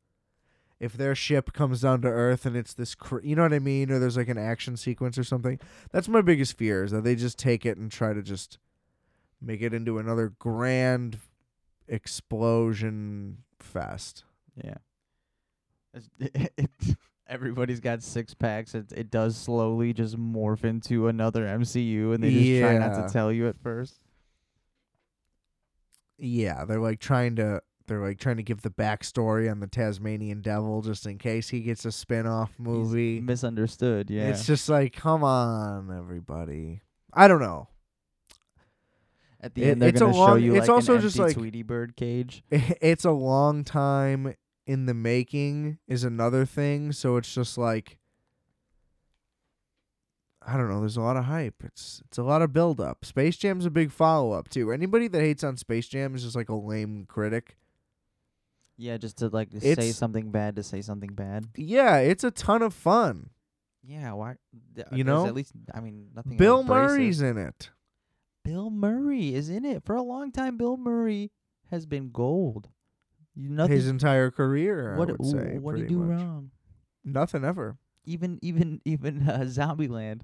[SPEAKER 1] if their ship comes down to Earth and it's this, cr- you know what I mean? Or there's like an action sequence or something. That's my biggest fear is that they just take it and try to just make it into another grand explosion fest.
[SPEAKER 2] yeah. (laughs) It's- It, it- everybody's got six packs. It it does slowly just morph into another MCU, and they just try not
[SPEAKER 1] Yeah.
[SPEAKER 2] to tell you at first.
[SPEAKER 1] Yeah, they're like trying to they're like trying to give the backstory on the Tasmanian Devil just in case he gets a spin-off movie.
[SPEAKER 2] Misunderstood. Yeah.
[SPEAKER 1] It's just like, come on, everybody. I don't know. (laughs)
[SPEAKER 2] At the
[SPEAKER 1] It-
[SPEAKER 2] end, they're
[SPEAKER 1] it's a
[SPEAKER 2] gonna show
[SPEAKER 1] long-
[SPEAKER 2] you
[SPEAKER 1] it's
[SPEAKER 2] like
[SPEAKER 1] also
[SPEAKER 2] an
[SPEAKER 1] just
[SPEAKER 2] empty
[SPEAKER 1] like-
[SPEAKER 2] Tweety Bird cage.
[SPEAKER 1] It's a long time in the making is another thing, so it's just like I don't know, there's a lot of hype. It's it's a lot of build up. Space Jam's a big follow up too. Anybody that hates on Space Jam is just like a lame critic.
[SPEAKER 2] Yeah, just to like say
[SPEAKER 1] It's-
[SPEAKER 2] something bad to say something bad.
[SPEAKER 1] Yeah, it's a ton of fun.
[SPEAKER 2] Yeah, why? th-
[SPEAKER 1] You
[SPEAKER 2] there's
[SPEAKER 1] know?
[SPEAKER 2] at least I mean nothing. I
[SPEAKER 1] Bill
[SPEAKER 2] embrace it.
[SPEAKER 1] Murray's in it.
[SPEAKER 2] Bill Murray is in it for a long time. Bill Murray has been gold. You nothing.
[SPEAKER 1] his entire career.
[SPEAKER 2] what
[SPEAKER 1] I would say,
[SPEAKER 2] what
[SPEAKER 1] pretty
[SPEAKER 2] did he do
[SPEAKER 1] much.
[SPEAKER 2] wrong?
[SPEAKER 1] Nothing ever.
[SPEAKER 2] Even even (laughs) even uh, Zombieland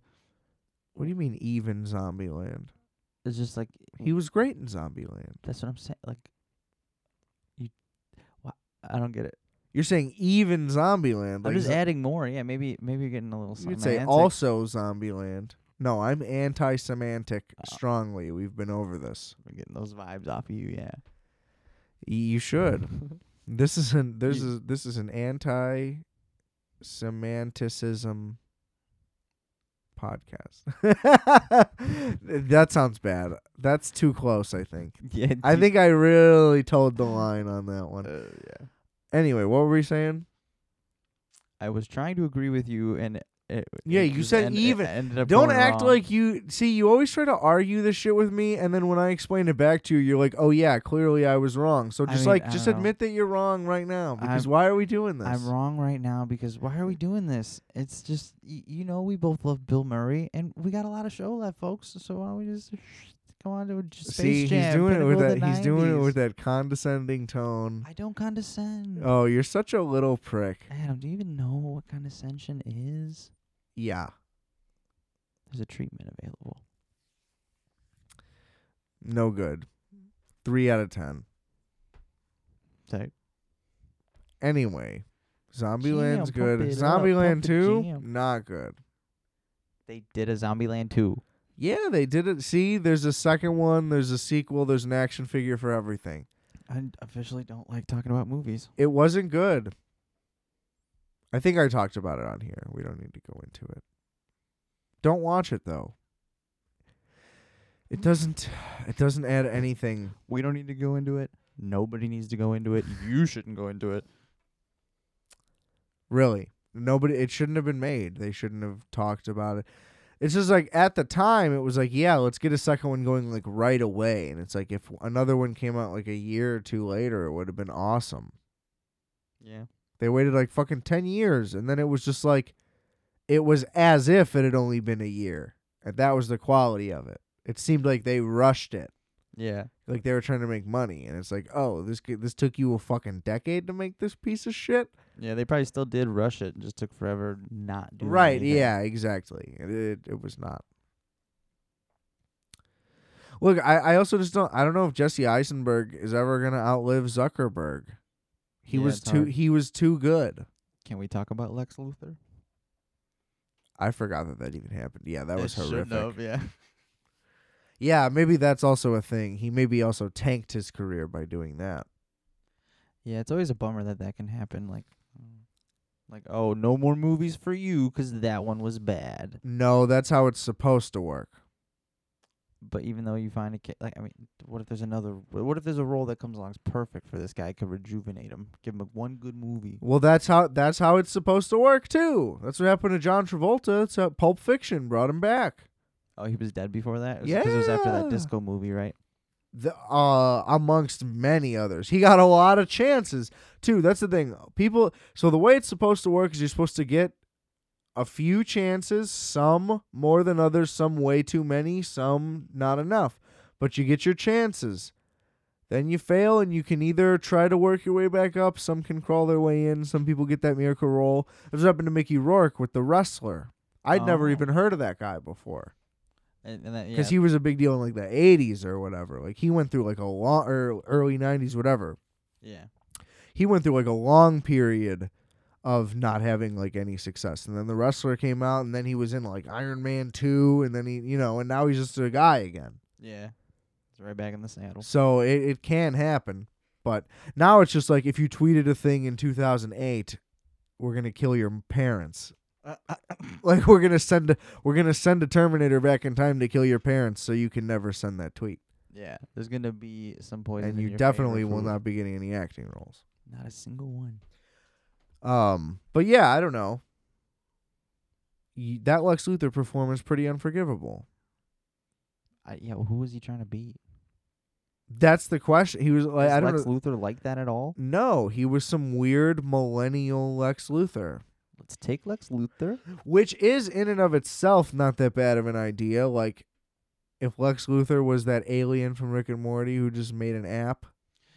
[SPEAKER 1] What
[SPEAKER 2] Mm.
[SPEAKER 1] do you mean even Zombieland?
[SPEAKER 2] is just like
[SPEAKER 1] He was great in Zombieland.
[SPEAKER 2] that's what I'm saying. Like you, wha- I don't get it.
[SPEAKER 1] You're saying even Zombieland.
[SPEAKER 2] I'm
[SPEAKER 1] Like,
[SPEAKER 2] just
[SPEAKER 1] zo-
[SPEAKER 2] adding more. Yeah, maybe maybe you're getting a little.
[SPEAKER 1] you could say
[SPEAKER 2] semantic.
[SPEAKER 1] also Zombieland. No, I'm anti-semantic
[SPEAKER 2] Oh.
[SPEAKER 1] strongly. We've been over this.
[SPEAKER 2] We're getting those vibes off you. Yeah.
[SPEAKER 1] Y- You should. this is an this
[SPEAKER 2] Ye-
[SPEAKER 1] is this is an anti-semanticism (laughs) podcast. that sounds bad. That's too close. I think.
[SPEAKER 2] (laughs) yeah.
[SPEAKER 1] I
[SPEAKER 2] do- (laughs)
[SPEAKER 1] think I really told the line on that
[SPEAKER 2] Uh,
[SPEAKER 1] one.
[SPEAKER 2] yeah.
[SPEAKER 1] Anyway, what were we saying?
[SPEAKER 2] I was trying to agree with you, and it, e-,
[SPEAKER 1] Yeah,
[SPEAKER 2] it
[SPEAKER 1] you
[SPEAKER 2] just
[SPEAKER 1] said
[SPEAKER 2] end- it
[SPEAKER 1] even.
[SPEAKER 2] ended up
[SPEAKER 1] Don't
[SPEAKER 2] going
[SPEAKER 1] act
[SPEAKER 2] wrong.
[SPEAKER 1] like you see. You always try to argue this shit with me, and then when I explain it back to you, you're like, "Oh yeah, clearly I was wrong." So
[SPEAKER 2] I
[SPEAKER 1] just
[SPEAKER 2] mean, I
[SPEAKER 1] like, just
[SPEAKER 2] don't know.
[SPEAKER 1] admit that you're wrong right now, because
[SPEAKER 2] I'm-
[SPEAKER 1] why are we doing this?
[SPEAKER 2] I'm wrong right now because why are we doing this? It's just y- you know we both love Bill Murray and we got a lot of show left, folks. So why don't we just go on to just Space
[SPEAKER 1] See,
[SPEAKER 2] Jam?
[SPEAKER 1] he's doing it with
[SPEAKER 2] Pinnacle of
[SPEAKER 1] that.
[SPEAKER 2] the
[SPEAKER 1] He's doing it
[SPEAKER 2] 90s.
[SPEAKER 1] with that condescending tone.
[SPEAKER 2] I don't condescend.
[SPEAKER 1] Oh, you're such a little prick.
[SPEAKER 2] Adam, do you even know what condescension is?
[SPEAKER 1] Yeah.
[SPEAKER 2] There's a treatment available.
[SPEAKER 1] No good. Three out of ten.
[SPEAKER 2] Sorry.
[SPEAKER 1] Anyway, Zombieland's
[SPEAKER 2] Jam,
[SPEAKER 1] good.
[SPEAKER 2] pump it up, pump
[SPEAKER 1] Zombieland
[SPEAKER 2] the
[SPEAKER 1] two,
[SPEAKER 2] jam.
[SPEAKER 1] not good.
[SPEAKER 2] They did a Zombieland two.
[SPEAKER 1] Yeah, they did it. See, there's a second one, there's a sequel, there's an action figure for everything.
[SPEAKER 2] I officially don't like talking about movies.
[SPEAKER 1] It wasn't good. I think I talked about it on here. We don't need to go into it. Don't watch it though. It doesn't it doesn't add anything.
[SPEAKER 2] We don't need to go into it. Nobody needs to go into it. You shouldn't go into it.
[SPEAKER 1] Really. Nobody it shouldn't have been made. They shouldn't have talked about it. It's just like at the time it was like, yeah, let's get a second one going like right away. And it's like if another one came out like a year or two later, it would have been awesome.
[SPEAKER 2] Yeah.
[SPEAKER 1] They waited like fucking 10 years and then it was just like it was as if it had only been a year. And that was the quality of it. It seemed like they rushed it.
[SPEAKER 2] Yeah.
[SPEAKER 1] Like they were trying to make money and it's like, "Oh, this g- this took you a fucking decade to make this piece of shit?"
[SPEAKER 2] Yeah, they probably still did rush it. and just took forever not doing.
[SPEAKER 1] right,
[SPEAKER 2] anything.
[SPEAKER 1] yeah, exactly. It, it it was not. Look, I, I also just don't I don't know if Jesse Eisenberg is ever going to outlive Zuckerberg. He
[SPEAKER 2] Yeah,
[SPEAKER 1] was
[SPEAKER 2] it's
[SPEAKER 1] too
[SPEAKER 2] hard.
[SPEAKER 1] he was too good.
[SPEAKER 2] Can we talk about Lex Luthor?
[SPEAKER 1] I forgot that that even happened. Yeah, that was horrific.
[SPEAKER 2] yeah. (laughs)
[SPEAKER 1] Yeah, maybe that's also a thing. He maybe also tanked his career by doing that.
[SPEAKER 2] Yeah, it's always a bummer that that can happen. Like, mm, Like, oh, no more movies for you 'cause that one was bad.
[SPEAKER 1] No, that's how it's supposed to work.
[SPEAKER 2] But even though you find a kid, like, I mean, what if there's another? What if there's a role that comes along that's perfect for this guy? Could rejuvenate him, give him a one good movie.
[SPEAKER 1] Well, that's how that's how it's supposed to work too. That's what happened to John Travolta. It's how Pulp Fiction brought him back.
[SPEAKER 2] Oh, he was dead before that. It was 'cause it was after
[SPEAKER 1] Yeah.
[SPEAKER 2] that disco movie, right?
[SPEAKER 1] the, uh, amongst many others. He got a lot of chances too. That's the thing. People. So the way it's supposed to work is you're supposed to get a few chances, some more than others, some way too many, some not enough. But you get your chances. Then you fail, and you can either try to work your way back up. Some can crawl their way in. Some people get that miracle roll. This happened to Mickey Rourke with the wrestler. I'd never
[SPEAKER 2] Oh.
[SPEAKER 1] even heard of that guy before
[SPEAKER 2] And, and that, yeah,
[SPEAKER 1] because he was a big deal in like the 80s or whatever. Like he went through like a long or early 90s, whatever.
[SPEAKER 2] yeah.
[SPEAKER 1] He went through like a long period of not having like any success, and then the wrestler came out, and then he was in like Iron Man two, and then he, you know, and now he's just a guy again.
[SPEAKER 2] Yeah. It's right back in the saddle.
[SPEAKER 1] So it, it can happen, but now it's just like if you tweeted a thing in 2008, we're gonna kill your parents. (coughs) Like we're gonna send a, we're gonna send a Terminator back in time to kill your parents, so you can never send that tweet.
[SPEAKER 2] yeah. There's going to be some poison.
[SPEAKER 1] and
[SPEAKER 2] in
[SPEAKER 1] you
[SPEAKER 2] your favorite
[SPEAKER 1] definitely will
[SPEAKER 2] food.
[SPEAKER 1] not be getting any acting roles.
[SPEAKER 2] Not a single one.
[SPEAKER 1] Um, but yeah, I don't know. Y- That Lex Luthor performance pretty unforgivable.
[SPEAKER 2] I, yeah, who was he trying to beat?
[SPEAKER 1] That's the question. He was like,
[SPEAKER 2] Is
[SPEAKER 1] I don't
[SPEAKER 2] Lex
[SPEAKER 1] know.
[SPEAKER 2] Luthor like that at all?
[SPEAKER 1] no, he was some weird millennial Lex Luthor,
[SPEAKER 2] Let's take Lex Luthor.
[SPEAKER 1] which is in and of itself not that bad of an idea. Like, if Lex Luthor was that alien from Rick and Morty who just made an app,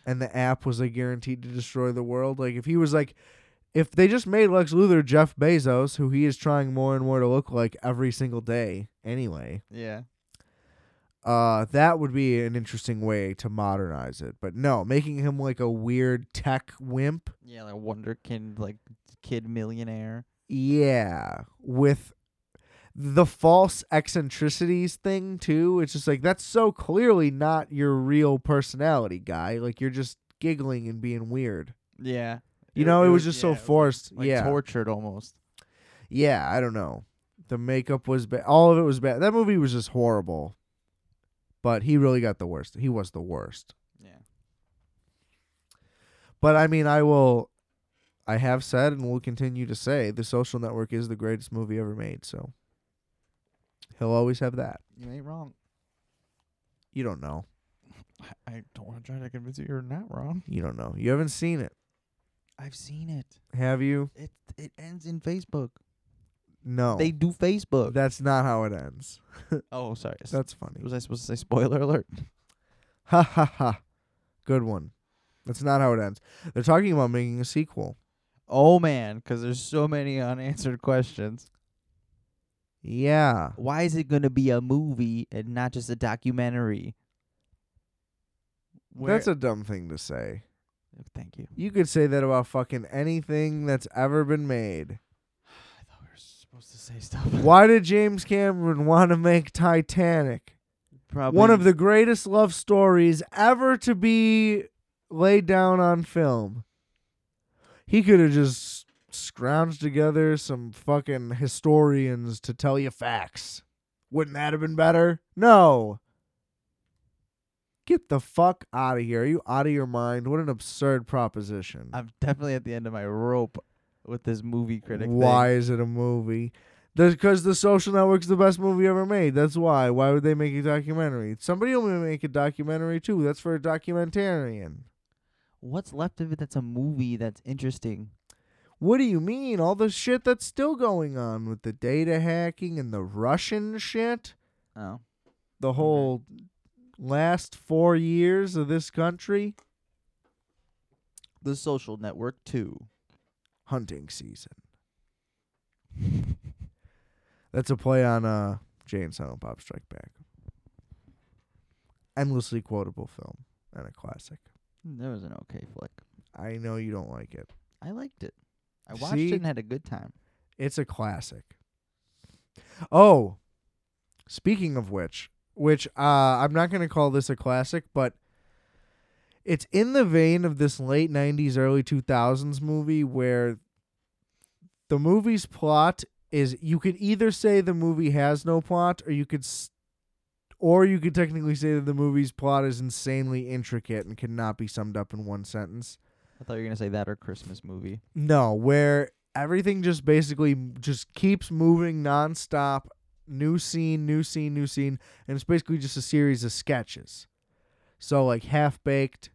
[SPEAKER 1] and the app was like guaranteed to destroy the world. Like, if he was like, if they just made Lex Luthor Jeff Bezos, who he is trying more and more to look like every single day, anyway.
[SPEAKER 2] Yeah.
[SPEAKER 1] uh, that would be an interesting way to modernize it. But no, making him like a weird tech wimp,
[SPEAKER 2] Yeah, like Wonderkind, like kid millionaire.
[SPEAKER 1] yeah, with the false eccentricities thing too. It's just like that's so clearly not your real personality, guy. Like you're just giggling and being weird.
[SPEAKER 2] Yeah.
[SPEAKER 1] You know, it, was just so forced.
[SPEAKER 2] Like
[SPEAKER 1] yeah,
[SPEAKER 2] tortured almost.
[SPEAKER 1] yeah. I don't know. The makeup was bad. All of it was bad. That movie was just horrible. But he really got the worst. He was the worst.
[SPEAKER 2] Yeah.
[SPEAKER 1] But I mean, I will. I have said and will continue to say the Social Network is the greatest movie ever made. So he'll always have that.
[SPEAKER 2] You ain't wrong.
[SPEAKER 1] You don't know.
[SPEAKER 2] I don't want to try to convince you you're not wrong.
[SPEAKER 1] You don't know. You haven't seen it,
[SPEAKER 2] I've seen it.
[SPEAKER 1] have you?
[SPEAKER 2] It it ends in Facebook.
[SPEAKER 1] No.
[SPEAKER 2] They do Facebook.
[SPEAKER 1] That's not how it ends.
[SPEAKER 2] oh, sorry. S-
[SPEAKER 1] That's funny.
[SPEAKER 2] Was I supposed to say spoiler alert?
[SPEAKER 1] Ha ha ha. Good one. That's not how it ends. They're talking about making a sequel.
[SPEAKER 2] Oh man, 'cause there's so many unanswered questions.
[SPEAKER 1] Yeah.
[SPEAKER 2] Why is it going to be a movie and not just a documentary?
[SPEAKER 1] That's a dumb thing to say.
[SPEAKER 2] Oh, thank you.
[SPEAKER 1] You could say that about fucking anything that's ever been made.
[SPEAKER 2] I thought we were supposed to say stuff.
[SPEAKER 1] Why did James Cameron want to make Titanic?
[SPEAKER 2] Probably
[SPEAKER 1] One of the greatest love stories ever to be laid down on film. He could have just scrounged together some fucking historians to tell you facts. Wouldn't that have been better? No. Get the fuck out of here. Are you out of your mind? What an absurd proposition.
[SPEAKER 2] I'm definitely at the end of my rope with this movie critic. thing.
[SPEAKER 1] Why is it a movie? Because the Social Network's the best movie ever made. That's why. Why would they make a documentary? Somebody will make a documentary too. That's for a documentarian.
[SPEAKER 2] What's left of it that's a movie that's interesting?
[SPEAKER 1] What do you mean? All the shit that's still going on with the data hacking and the Russian shit.
[SPEAKER 2] Oh.
[SPEAKER 1] The whole last four years of this country.
[SPEAKER 2] The Social Network 2.
[SPEAKER 1] Hunting season. (laughs) That's a play on uh, Jay and Silent Bob Strike Back. Endlessly quotable film and a classic.
[SPEAKER 2] That was an okay flick.
[SPEAKER 1] I know you don't like it.
[SPEAKER 2] I liked it. I watched
[SPEAKER 1] See?
[SPEAKER 2] it and had a good time.
[SPEAKER 1] It's a classic. Oh, speaking of which, which uh, I'm not going to call this a classic, but it's in the vein of this late 90s, early 2000s movie where the movie's plot is you could either say the movie has no plot or you could s- or you could technically say that the movie's plot is insanely intricate and cannot be summed up in one sentence.
[SPEAKER 2] I thought you were gonna say that or Christmas movie.
[SPEAKER 1] No, where everything just basically m- just keeps moving nonstop, new scene, new scene, new scene, and it's basically just a series of sketches. So like half baked,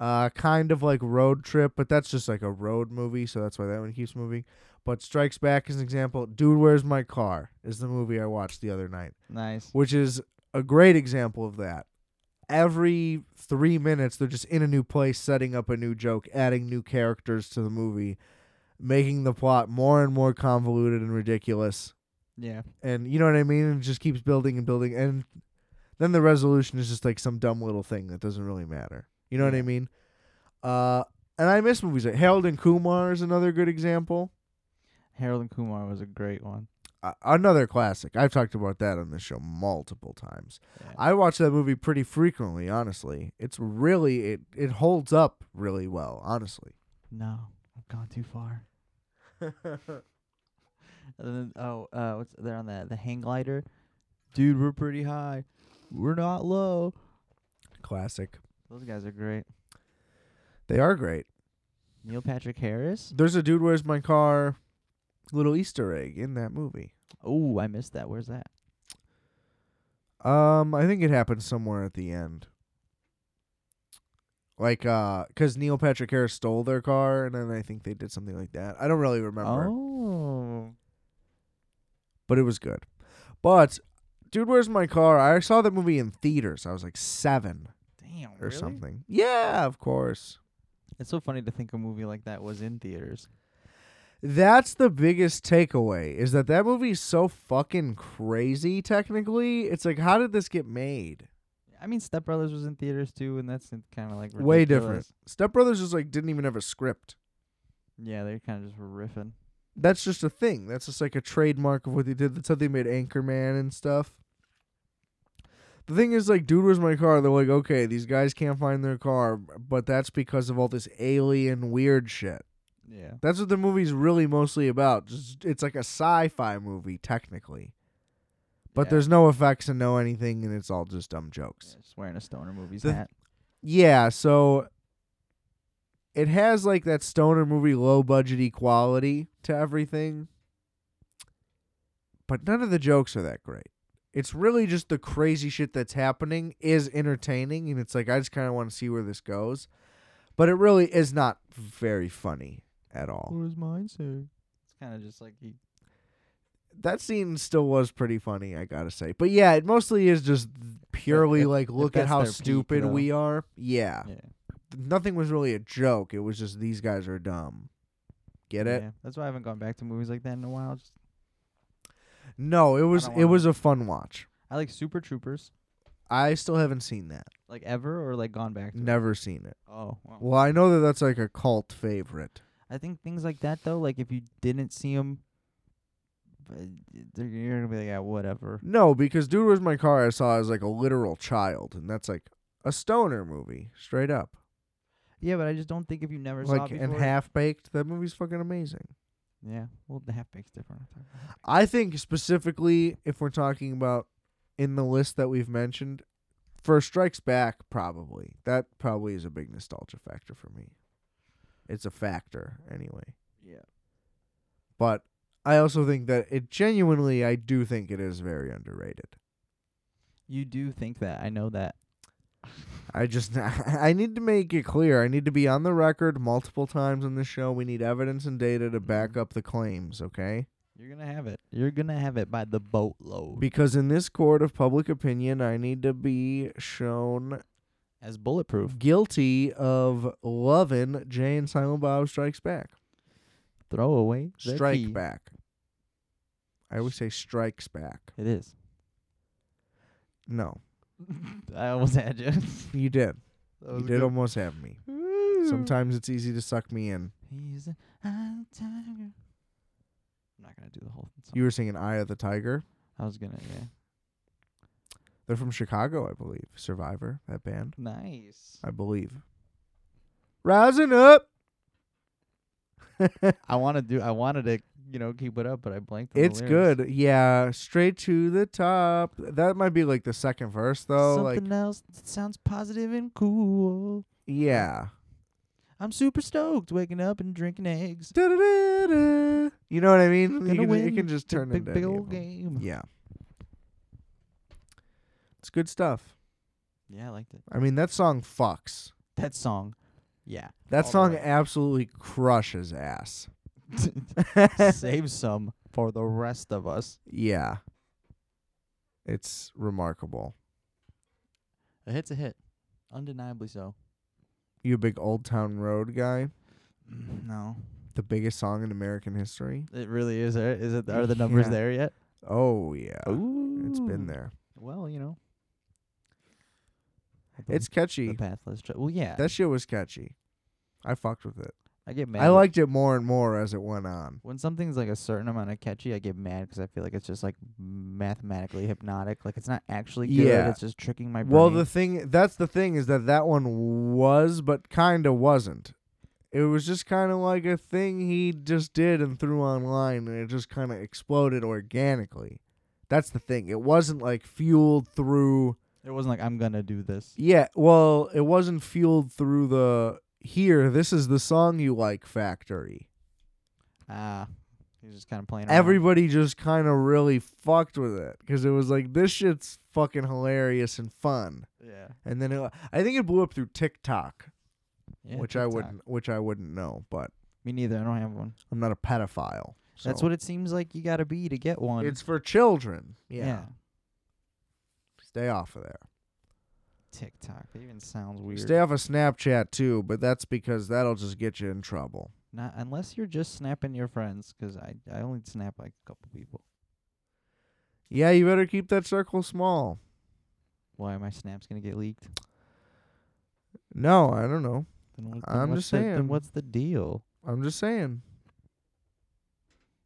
[SPEAKER 1] uh, kind of like road trip, but that's just like a road movie, so that's why that one keeps moving. But Strikes Back is an example. Dude, Where's My Car is the movie I watched the other night
[SPEAKER 2] Nice.
[SPEAKER 1] which is a great example of that. Every three minutes, they're just in a new place, setting up a new joke, adding new characters to the movie, making the plot more and more convoluted and ridiculous.
[SPEAKER 2] Yeah.
[SPEAKER 1] And you know what I mean? It just keeps building and building. And then the resolution is just like some dumb little thing that doesn't really matter. You know what I
[SPEAKER 2] Yeah.
[SPEAKER 1] mean? Uh, and I miss movies like Harold and Kumar is another good example.
[SPEAKER 2] Harold and Kumar was a great one.
[SPEAKER 1] Uh, another classic. I've talked about that on this show multiple times.
[SPEAKER 2] Yeah.
[SPEAKER 1] I watch that movie pretty frequently, honestly. It's really it it holds up really well, honestly.
[SPEAKER 2] no, I've gone too far. And then, oh, uh, what's there on the the hang glider? Dude, we're pretty high. We're not low.
[SPEAKER 1] Classic.
[SPEAKER 2] Those guys are great.
[SPEAKER 1] They are great.
[SPEAKER 2] Neil Patrick Harris.
[SPEAKER 1] There's a dude where's my car little Easter egg in that movie.
[SPEAKER 2] Oh, I missed that. Where's that?
[SPEAKER 1] Um, I think it happened somewhere at the end. Like, uh, cause Neil Patrick Harris stole their car, and then I think they did something like that. I don't really remember.
[SPEAKER 2] Oh,
[SPEAKER 1] but it was good. But Dude, Where's My Car? I saw that movie in theaters. I was like seven
[SPEAKER 2] damn.
[SPEAKER 1] or
[SPEAKER 2] really?
[SPEAKER 1] something. Yeah, of course.
[SPEAKER 2] It's so funny to think a movie like that was in theaters.
[SPEAKER 1] That's the biggest takeaway is that that movie's so fucking crazy. Technically, it's like, how did this get made?
[SPEAKER 2] I mean, Step Brothers was in theaters too, and that's kind of like
[SPEAKER 1] Way different.
[SPEAKER 2] ridiculous.
[SPEAKER 1] Step Brothers just like didn't even have a script.
[SPEAKER 2] Yeah, they kind of just were riffing.
[SPEAKER 1] That's just a thing. That's just like a trademark of what they did. That's how they made Anchorman and stuff. The thing is, like, dude, where's my car? They're like, okay, these guys can't find their car, but that's because of all this alien weird shit.
[SPEAKER 2] Yeah.
[SPEAKER 1] That's what the movie's really mostly about. Just, it's like a sci-fi movie technically, but
[SPEAKER 2] Yeah.
[SPEAKER 1] there's no effects and no anything, and it's all just dumb jokes.
[SPEAKER 2] Yeah, just wearing a stoner movie's
[SPEAKER 1] The-
[SPEAKER 2] hat.
[SPEAKER 1] Yeah, so it has like that stoner movie low budgety quality to everything. But none of the jokes are that great. It's really just the crazy shit that's happening is entertaining and it's like I just kind of want to see where this goes. But it really is not very funny at all.
[SPEAKER 2] does mine say? It's kind of just like he.
[SPEAKER 1] That scene still was pretty funny, I got to say. But yeah, it mostly is just purely
[SPEAKER 2] if-
[SPEAKER 1] like
[SPEAKER 2] if
[SPEAKER 1] look at
[SPEAKER 2] that's
[SPEAKER 1] how
[SPEAKER 2] their peak,
[SPEAKER 1] stupid
[SPEAKER 2] though.
[SPEAKER 1] we are. Yeah.
[SPEAKER 2] Yeah.
[SPEAKER 1] nothing was really a joke. It was just these guys are dumb. Get it?
[SPEAKER 2] yeah. That's why I haven't gone back to movies like that in a while. Just,
[SPEAKER 1] No, it was
[SPEAKER 2] don't
[SPEAKER 1] it
[SPEAKER 2] wanna-
[SPEAKER 1] was a fun watch.
[SPEAKER 2] I like Super Troopers,
[SPEAKER 1] I still haven't seen that.
[SPEAKER 2] like ever, or like gone back. To it?
[SPEAKER 1] Never seen it.
[SPEAKER 2] Oh. Well.
[SPEAKER 1] Well, I know that that's like a cult favorite.
[SPEAKER 2] I think things like that though, like if you didn't see them, you're gonna be like, yeah, whatever.
[SPEAKER 1] No, because Dude Where's My Car I saw as like a literal child, and that's like a stoner movie, straight up.
[SPEAKER 2] Yeah, but I just don't think if you never saw it
[SPEAKER 1] Like
[SPEAKER 2] before.
[SPEAKER 1] and half baked. That movie's fucking amazing.
[SPEAKER 2] yeah. Well, the half baked's different. I'm talking about half-baked.
[SPEAKER 1] I think specifically if we're talking about in the list that we've mentioned, for Strikes Back, probably that probably is a big nostalgia factor for me. It's a factor anyway,
[SPEAKER 2] Yeah.
[SPEAKER 1] but I also think that it genuinely, I do think it is very underrated.
[SPEAKER 2] You do think that. I know that.
[SPEAKER 1] I just (laughs) I need to make it clear. I need to be on the record multiple times on this show. We need evidence and data to back up the claims. Okay.
[SPEAKER 2] You're gonna have it. You're gonna have it by the boatload.
[SPEAKER 1] Because in this court of public opinion, I need to be shown
[SPEAKER 2] as bulletproof.
[SPEAKER 1] guilty of loving Jay and Silent Bob Strikes Back.
[SPEAKER 2] Throw away. the
[SPEAKER 1] Strike
[SPEAKER 2] key.
[SPEAKER 1] back. I always say strikes back.
[SPEAKER 2] It is. (laughs)
[SPEAKER 1] No,
[SPEAKER 2] I almost had you. (laughs)
[SPEAKER 1] you did. You did almost have me.
[SPEAKER 2] Sometimes.
[SPEAKER 1] Sometimes it's easy to suck me in.
[SPEAKER 2] He's a high tiger. I'm not gonna do the whole song.
[SPEAKER 1] You were singing Eye of the Tiger.
[SPEAKER 2] I was gonna. Yeah.
[SPEAKER 1] They're from Chicago, I believe. Survivor, that band,
[SPEAKER 2] Nice.
[SPEAKER 1] (laughs) I believe. Rising up.
[SPEAKER 2] I want to do. I wanted to, you know, keep it up, but I blanked. on the
[SPEAKER 1] it's
[SPEAKER 2] lyrics.
[SPEAKER 1] good. Yeah, straight to the top. That might be like the second verse though.
[SPEAKER 2] Something
[SPEAKER 1] Like
[SPEAKER 2] else that sounds positive and cool.
[SPEAKER 1] yeah.
[SPEAKER 2] I'm super stoked waking up and drinking eggs.
[SPEAKER 1] Da-da-da-da. You know what I mean?
[SPEAKER 2] Gonna
[SPEAKER 1] You can, it
[SPEAKER 2] win
[SPEAKER 1] can just
[SPEAKER 2] the
[SPEAKER 1] turn
[SPEAKER 2] big,
[SPEAKER 1] into
[SPEAKER 2] big
[SPEAKER 1] any
[SPEAKER 2] old
[SPEAKER 1] of 'em.
[SPEAKER 2] game.
[SPEAKER 1] Yeah. It's good stuff.
[SPEAKER 2] Yeah, I liked it.
[SPEAKER 1] I mean, that song fucks.
[SPEAKER 2] That song.
[SPEAKER 1] (laughs)
[SPEAKER 2] Yeah.
[SPEAKER 1] That
[SPEAKER 2] All the
[SPEAKER 1] song
[SPEAKER 2] way.
[SPEAKER 1] absolutely crushes ass.
[SPEAKER 2] Save some for the rest of us.
[SPEAKER 1] Yeah. It's remarkable.
[SPEAKER 2] A hit's a hit, undeniably so.
[SPEAKER 1] You a big Old Town Road guy? Mm.
[SPEAKER 2] No,
[SPEAKER 1] The biggest song in American history?
[SPEAKER 2] it really is. There is it? Are the numbers
[SPEAKER 1] Yeah.
[SPEAKER 2] there yet?
[SPEAKER 1] Oh, yeah.
[SPEAKER 2] Ooh,
[SPEAKER 1] It's been there.
[SPEAKER 2] Well, you know, The-
[SPEAKER 1] It's
[SPEAKER 2] the
[SPEAKER 1] catchy.
[SPEAKER 2] pathless. Tra- well, yeah,
[SPEAKER 1] That shit was catchy. I fucked with it.
[SPEAKER 2] I get mad.
[SPEAKER 1] I
[SPEAKER 2] when-
[SPEAKER 1] liked it more and more as it went on.
[SPEAKER 2] when something's like a certain amount of catchy. I get mad because I feel like it's just like mathematically hypnotic. Like it's not actually good.
[SPEAKER 1] Yeah.
[SPEAKER 2] It's just tricking my brain.
[SPEAKER 1] Well, the thing that's the thing is that that one was, but kind of wasn't. It was just kind of like a thing he just did and threw online, and it just kind of exploded organically. That's the thing. It wasn't like fueled through.
[SPEAKER 2] it wasn't like I'm gonna do this.
[SPEAKER 1] Yeah, well, it wasn't fueled through the here. This is the song you like factory.
[SPEAKER 2] Ah, he's just kind of playing. around.
[SPEAKER 1] Everybody just kind of really fucked with it because it was like this shit's fucking hilarious and fun.
[SPEAKER 2] yeah,
[SPEAKER 1] And then it, I think it blew up through TikTok.
[SPEAKER 2] yeah
[SPEAKER 1] which I
[SPEAKER 2] TikTok.
[SPEAKER 1] wouldn't, which I wouldn't know. But
[SPEAKER 2] Me neither. I don't have one.
[SPEAKER 1] I'm not a pedophile. So.
[SPEAKER 2] That's what it seems like you gotta be to get one.
[SPEAKER 1] it's for children. Yeah.
[SPEAKER 2] yeah.
[SPEAKER 1] stay off of there.
[SPEAKER 2] TikTok. It even sounds weird.
[SPEAKER 1] Stay off of Snapchat too, but that's because that'll just get you in trouble.
[SPEAKER 2] Not unless you're just snapping your friends, 'cause I I only snap like a couple people.
[SPEAKER 1] Yeah, you better keep that circle small.
[SPEAKER 2] Why are my snaps gonna get leaked?
[SPEAKER 1] No, I don't know.
[SPEAKER 2] Then what, then
[SPEAKER 1] I'm
[SPEAKER 2] what's
[SPEAKER 1] just
[SPEAKER 2] the,
[SPEAKER 1] saying.
[SPEAKER 2] Then what's the deal? (laughs)
[SPEAKER 1] I'm just saying.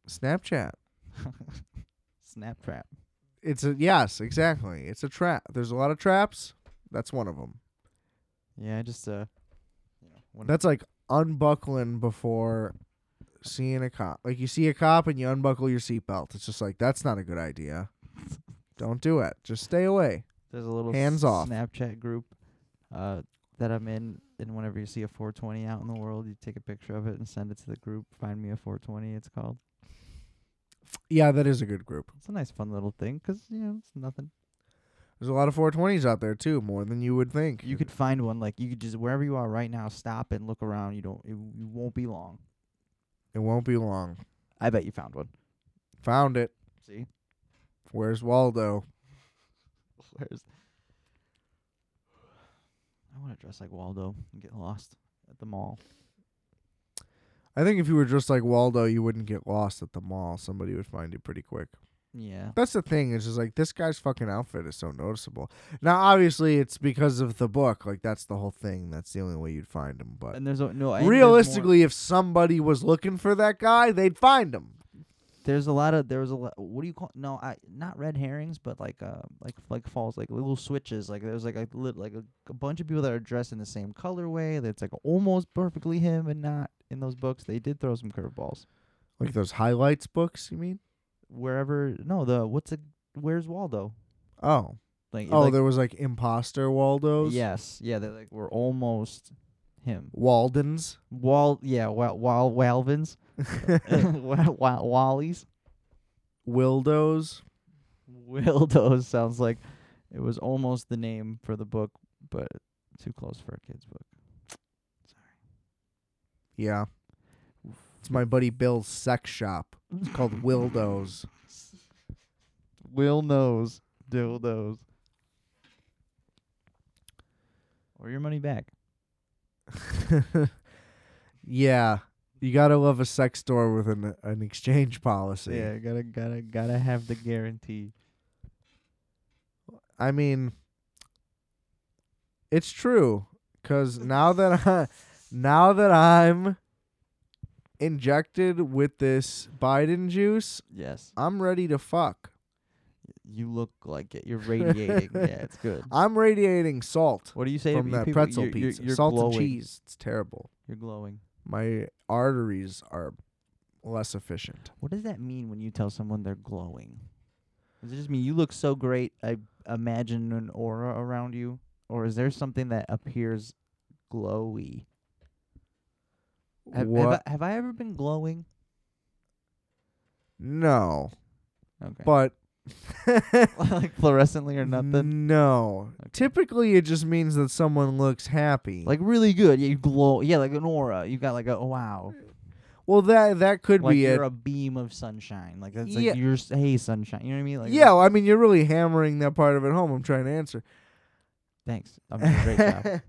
[SPEAKER 1] Snapchat.
[SPEAKER 2] Snap trap.
[SPEAKER 1] It's a yes, exactly. It's a trap. There's a lot of traps. That's one of them.
[SPEAKER 2] Yeah, I just uh. You know, when
[SPEAKER 1] That's like unbuckling before seeing a cop. Like you see a cop and you unbuckle your seatbelt. It's just like that's not a good (laughs) idea. Don't do it. Just stay away.
[SPEAKER 2] There's a little
[SPEAKER 1] Hands
[SPEAKER 2] s-
[SPEAKER 1] off.
[SPEAKER 2] Snapchat group uh, that I'm in, and whenever you see a 420 out in the world, you take a picture of it and send it to the group. Find me a 420. It's called.
[SPEAKER 1] Yeah, that is a good group.
[SPEAKER 2] It's a nice, fun little thing 'cause you know it's nothing.
[SPEAKER 1] There's a lot of 420s out there too, more than you would think.
[SPEAKER 2] You could find one like you could just wherever you are right now. Stop and look around. You don't. It, you won't be long.
[SPEAKER 1] It won't be long.
[SPEAKER 2] I bet you found one.
[SPEAKER 1] Found it.
[SPEAKER 2] See, (laughs)
[SPEAKER 1] Where's Waldo?
[SPEAKER 2] where's? I want to dress like Waldo and get lost at the mall.
[SPEAKER 1] I think if you were just like Waldo, you wouldn't get lost at the mall. Somebody would find you pretty quick.
[SPEAKER 2] Yeah.
[SPEAKER 1] That's the thing. It's just like this guy's fucking outfit is so noticeable. Now, obviously, it's because of the book. Like that's the whole thing. That's the only way you'd find him. But
[SPEAKER 2] And there's a, no and there's more-
[SPEAKER 1] realistically, if somebody was looking for that guy, they'd find him.
[SPEAKER 2] There's a lot of there was a lot. What do you call? No, I not red herrings, but like uh like like falls like little switches. Like there's like a lit like a, a bunch of people that are dressed in the same colorway. That's like almost perfectly him and not in those books. They did throw some curveballs
[SPEAKER 1] Like those highlights books, you mean?
[SPEAKER 2] wherever. No, the what's a where's Waldo?
[SPEAKER 1] Oh,
[SPEAKER 2] Like
[SPEAKER 1] oh,
[SPEAKER 2] like,
[SPEAKER 1] there was like imposter Waldos.
[SPEAKER 2] yes, yeah, they like were almost him.
[SPEAKER 1] Waldens.
[SPEAKER 2] Wal yeah, Wal Wal Walvins, (laughs) Wal Wal Wallies,
[SPEAKER 1] Wildos.
[SPEAKER 2] (laughs) Wildos sounds like it was almost the name for the book, but too close for a kid's book.
[SPEAKER 1] Yeah, it's my buddy Bill's sex shop. It's called
[SPEAKER 2] (laughs)
[SPEAKER 1] Wildos. (laughs)
[SPEAKER 2] Will knows dildos. Or your money back.
[SPEAKER 1] yeah, you gotta love a sex store with an an exchange policy.
[SPEAKER 2] Yeah, gotta gotta gotta have the guarantee.
[SPEAKER 1] I mean, it's true because now that (laughs) I, now that I'm injected with this Biden juice,
[SPEAKER 2] Yes,
[SPEAKER 1] I'm ready to fuck.
[SPEAKER 2] you look like it.
[SPEAKER 1] (laughs)
[SPEAKER 2] You're radiating. yeah, it's good.
[SPEAKER 1] I'm radiating salt
[SPEAKER 2] What do you say
[SPEAKER 1] from
[SPEAKER 2] to
[SPEAKER 1] that
[SPEAKER 2] people?
[SPEAKER 1] pretzel
[SPEAKER 2] you're,
[SPEAKER 1] pizza,
[SPEAKER 2] You're, you're
[SPEAKER 1] salt
[SPEAKER 2] glowing.
[SPEAKER 1] and cheese. It's terrible.
[SPEAKER 2] You're glowing.
[SPEAKER 1] My arteries are less efficient.
[SPEAKER 2] What does that mean when you tell someone they're glowing? Does it just mean you look so great? I imagine an aura around you, or is there something that appears glowy? Have,
[SPEAKER 1] what?
[SPEAKER 2] have I, have I ever been glowing?
[SPEAKER 1] no,
[SPEAKER 2] Okay,
[SPEAKER 1] but
[SPEAKER 2] (laughs) like fluorescently or nothing.
[SPEAKER 1] No. Typically, it just means that someone looks happy.
[SPEAKER 2] Like really good. Yeah, you glow. Yeah, like an aura. You got like a oh, wow.
[SPEAKER 1] well, that that could
[SPEAKER 2] like
[SPEAKER 1] be it.
[SPEAKER 2] you're a beam of sunshine. Like that's
[SPEAKER 1] Yeah.
[SPEAKER 2] like you're s- hey sunshine. You know what I mean? Like
[SPEAKER 1] yeah, well, I mean, you're really hammering that part of it home. I'm trying to answer.
[SPEAKER 2] Thanks. I'm doing a
[SPEAKER 1] (laughs)
[SPEAKER 2] great job.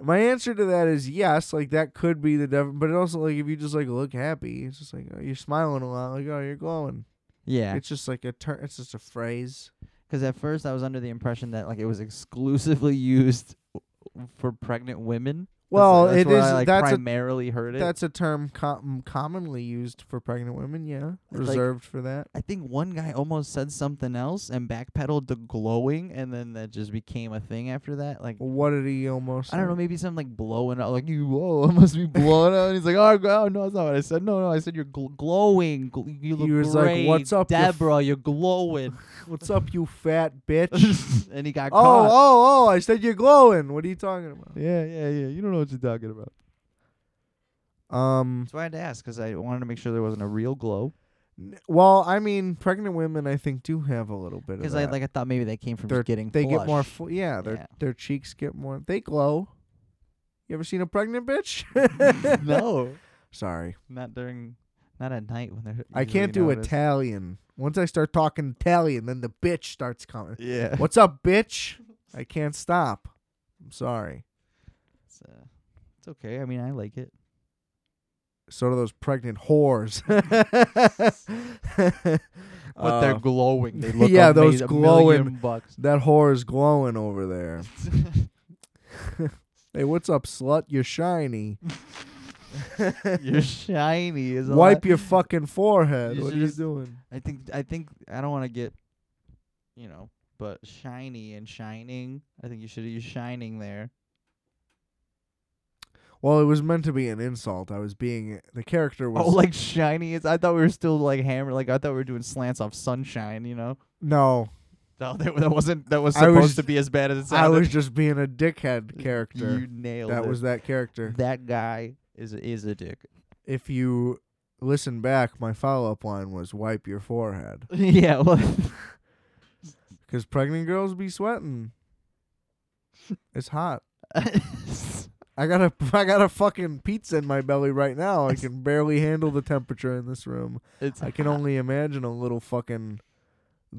[SPEAKER 1] My answer to that is yes. Like that could be the def- but it also like if you just like look happy, it's just like oh, you're smiling a lot. Like oh, you're glowing.
[SPEAKER 2] Yeah.
[SPEAKER 1] It's just like a turn. It's just a phrase.
[SPEAKER 2] Because at first I was under the impression that like it was exclusively (laughs) used w- for pregnant women. 'Cause, like,
[SPEAKER 1] Well,
[SPEAKER 2] that's
[SPEAKER 1] it
[SPEAKER 2] where
[SPEAKER 1] is-
[SPEAKER 2] I, like,
[SPEAKER 1] that's a-
[SPEAKER 2] primarily heard it.
[SPEAKER 1] That's a term com- commonly used for pregnant women. Yeah,
[SPEAKER 2] Like-
[SPEAKER 1] reserved for that.
[SPEAKER 2] I think one guy almost said something else and backpedaled to glowing, and then that just became a thing after that. Like
[SPEAKER 1] What did he almost?
[SPEAKER 2] I don't
[SPEAKER 1] say?
[SPEAKER 2] know, maybe something like blowing out, like you, whoa, (laughs) I must be blowing out. And he's like, oh, God, no, that's not what I said. No, no, I said you're gl- glowing. Gl- you look
[SPEAKER 1] He was like,
[SPEAKER 2] great.
[SPEAKER 1] "What's up, you f-
[SPEAKER 2] Deborah? You're (laughs) glowing."
[SPEAKER 1] What's up, you
[SPEAKER 2] (laughs)
[SPEAKER 1] fat bitch?
[SPEAKER 2] and he got
[SPEAKER 1] Oh,
[SPEAKER 2] caught.
[SPEAKER 1] oh, oh! I said you're glowing. What are you talking about?
[SPEAKER 2] Yeah, yeah, yeah. You don't know what you're talking about.
[SPEAKER 1] Um.
[SPEAKER 2] That's why I had to ask because I wanted to make sure there wasn't a real glow.
[SPEAKER 1] n- Well, I mean, pregnant women, I think, do have a little bit of
[SPEAKER 2] Because I
[SPEAKER 1] that.
[SPEAKER 2] like I thought maybe they came from
[SPEAKER 1] They're-
[SPEAKER 2] just getting
[SPEAKER 1] they get more.
[SPEAKER 2] flush.
[SPEAKER 1] Fl- yeah, their
[SPEAKER 2] Yeah.
[SPEAKER 1] their cheeks get more. They glow. You ever seen a pregnant bitch?
[SPEAKER 2] (laughs) no,
[SPEAKER 1] Sorry,
[SPEAKER 2] not during, not at night when they're.
[SPEAKER 1] I can't do
[SPEAKER 2] easily noticed.
[SPEAKER 1] Italian. Once I start talking Italian, then the bitch starts coming.
[SPEAKER 2] (laughs) Yeah.
[SPEAKER 1] What's up, bitch? I can't stop. I'm sorry.
[SPEAKER 2] It's, uh, it's okay. I mean, I like it.
[SPEAKER 1] So do those pregnant whores.
[SPEAKER 2] (laughs) But they're
[SPEAKER 1] Uh, (laughs)
[SPEAKER 2] glowing. They look
[SPEAKER 1] yeah,
[SPEAKER 2] amaz-
[SPEAKER 1] those
[SPEAKER 2] a
[SPEAKER 1] glowing-
[SPEAKER 2] million
[SPEAKER 1] (laughs)
[SPEAKER 2] bucks.
[SPEAKER 1] That whore is glowing over there. (laughs) hey, what's up, slut? You're shiny.
[SPEAKER 2] (laughs)
[SPEAKER 1] (laughs)
[SPEAKER 2] You're shiny. Is all
[SPEAKER 1] Wipe
[SPEAKER 2] I-
[SPEAKER 1] your fucking forehead.
[SPEAKER 2] You
[SPEAKER 1] what are
[SPEAKER 2] should
[SPEAKER 1] you
[SPEAKER 2] just-
[SPEAKER 1] doing?
[SPEAKER 2] I think. I think. I don't want to get. You know, but shiny and shining. I think you should use shining there.
[SPEAKER 1] Well, it was meant to be an insult. I was being the character was
[SPEAKER 2] Oh, like shiny is. I thought we were still like hammer. Like I thought we were doing slants off sunshine. You know. (laughs)
[SPEAKER 1] no.
[SPEAKER 2] No, that, that wasn't. That was
[SPEAKER 1] I
[SPEAKER 2] supposed
[SPEAKER 1] was-
[SPEAKER 2] to be as bad as it
[SPEAKER 1] I
[SPEAKER 2] sounded.
[SPEAKER 1] was (laughs) just being a dickhead character.
[SPEAKER 2] You nailed
[SPEAKER 1] that
[SPEAKER 2] it.
[SPEAKER 1] was that character.
[SPEAKER 2] That guy is is
[SPEAKER 1] (laughs)
[SPEAKER 2] a dick.
[SPEAKER 1] If you listen back, my follow-up line was wipe your forehead
[SPEAKER 2] yeah. Well,
[SPEAKER 1] (laughs) cuz pregnant girls be
[SPEAKER 2] (laughs)
[SPEAKER 1] sweating. It's hot. I got a (laughs) I got a fucking pizza in my belly right now. I can barely handle the temperature in this room.
[SPEAKER 2] it's
[SPEAKER 1] I can only imagine a little fucking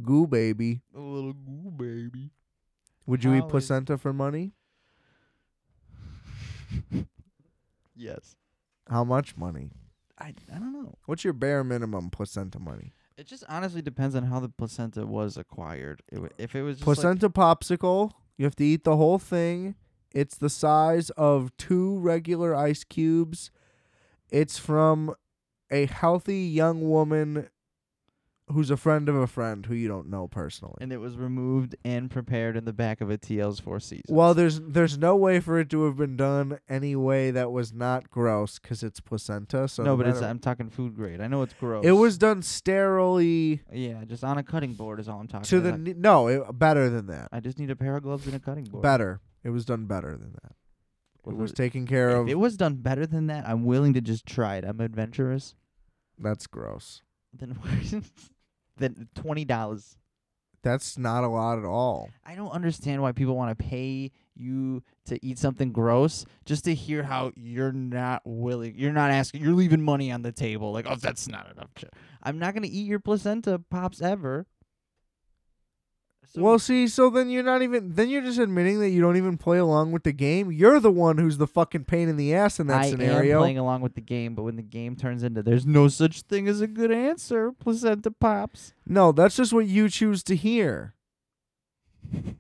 [SPEAKER 1] goo baby. (laughs)
[SPEAKER 2] a little goo baby.
[SPEAKER 1] Would you
[SPEAKER 2] How
[SPEAKER 1] eat
[SPEAKER 2] is-
[SPEAKER 1] placenta for money?
[SPEAKER 2] Yes.
[SPEAKER 1] How much money?
[SPEAKER 2] I I don't know.
[SPEAKER 1] What's your bare minimum placenta money?
[SPEAKER 2] It just honestly depends on how the placenta was acquired. It w- if it was just like,
[SPEAKER 1] placenta popsicle. You have to eat the whole thing. It's the size of two regular ice cubes. It's from a healthy young woman who's a friend of a friend who you don't know personally.
[SPEAKER 2] and it was removed and prepared in the back of a TL's four seasons.
[SPEAKER 1] Well, there's there's no way for it to have been done any way that was not gross because it's placenta. So
[SPEAKER 2] no, but it's
[SPEAKER 1] matter-
[SPEAKER 2] I'm talking food grade. I know it's gross.
[SPEAKER 1] it was done sterilely
[SPEAKER 2] yeah, just on a cutting board is all I'm talking.
[SPEAKER 1] to the
[SPEAKER 2] about.
[SPEAKER 1] ne- no it, better than that.
[SPEAKER 2] I just need a pair of gloves and a cutting board.
[SPEAKER 1] Better. It was done better than that. It
[SPEAKER 2] Was
[SPEAKER 1] was
[SPEAKER 2] it-
[SPEAKER 1] taken care
[SPEAKER 2] if
[SPEAKER 1] of.
[SPEAKER 2] it was done better than that, I'm willing to just try it. I'm adventurous.
[SPEAKER 1] That's gross.
[SPEAKER 2] Then (laughs) then twenty dollars.
[SPEAKER 1] That's not a lot at all.
[SPEAKER 2] I don't understand why people want to pay you to eat something gross just to hear how you're not willing. You're not asking. You're leaving money on the table. Like, oh, that's not enough. ch- I'm not gonna eat your placenta pops ever. So-
[SPEAKER 1] well, see, so then you're not even then you're just admitting that you don't even play along with the game. You're the one who's the fucking pain in the ass in that
[SPEAKER 2] I
[SPEAKER 1] scenario.
[SPEAKER 2] am playing along with the game, but when the game turns into "there's no such thing as a good answer," placenta pops (laughs)
[SPEAKER 1] no, that's just what you choose to hear.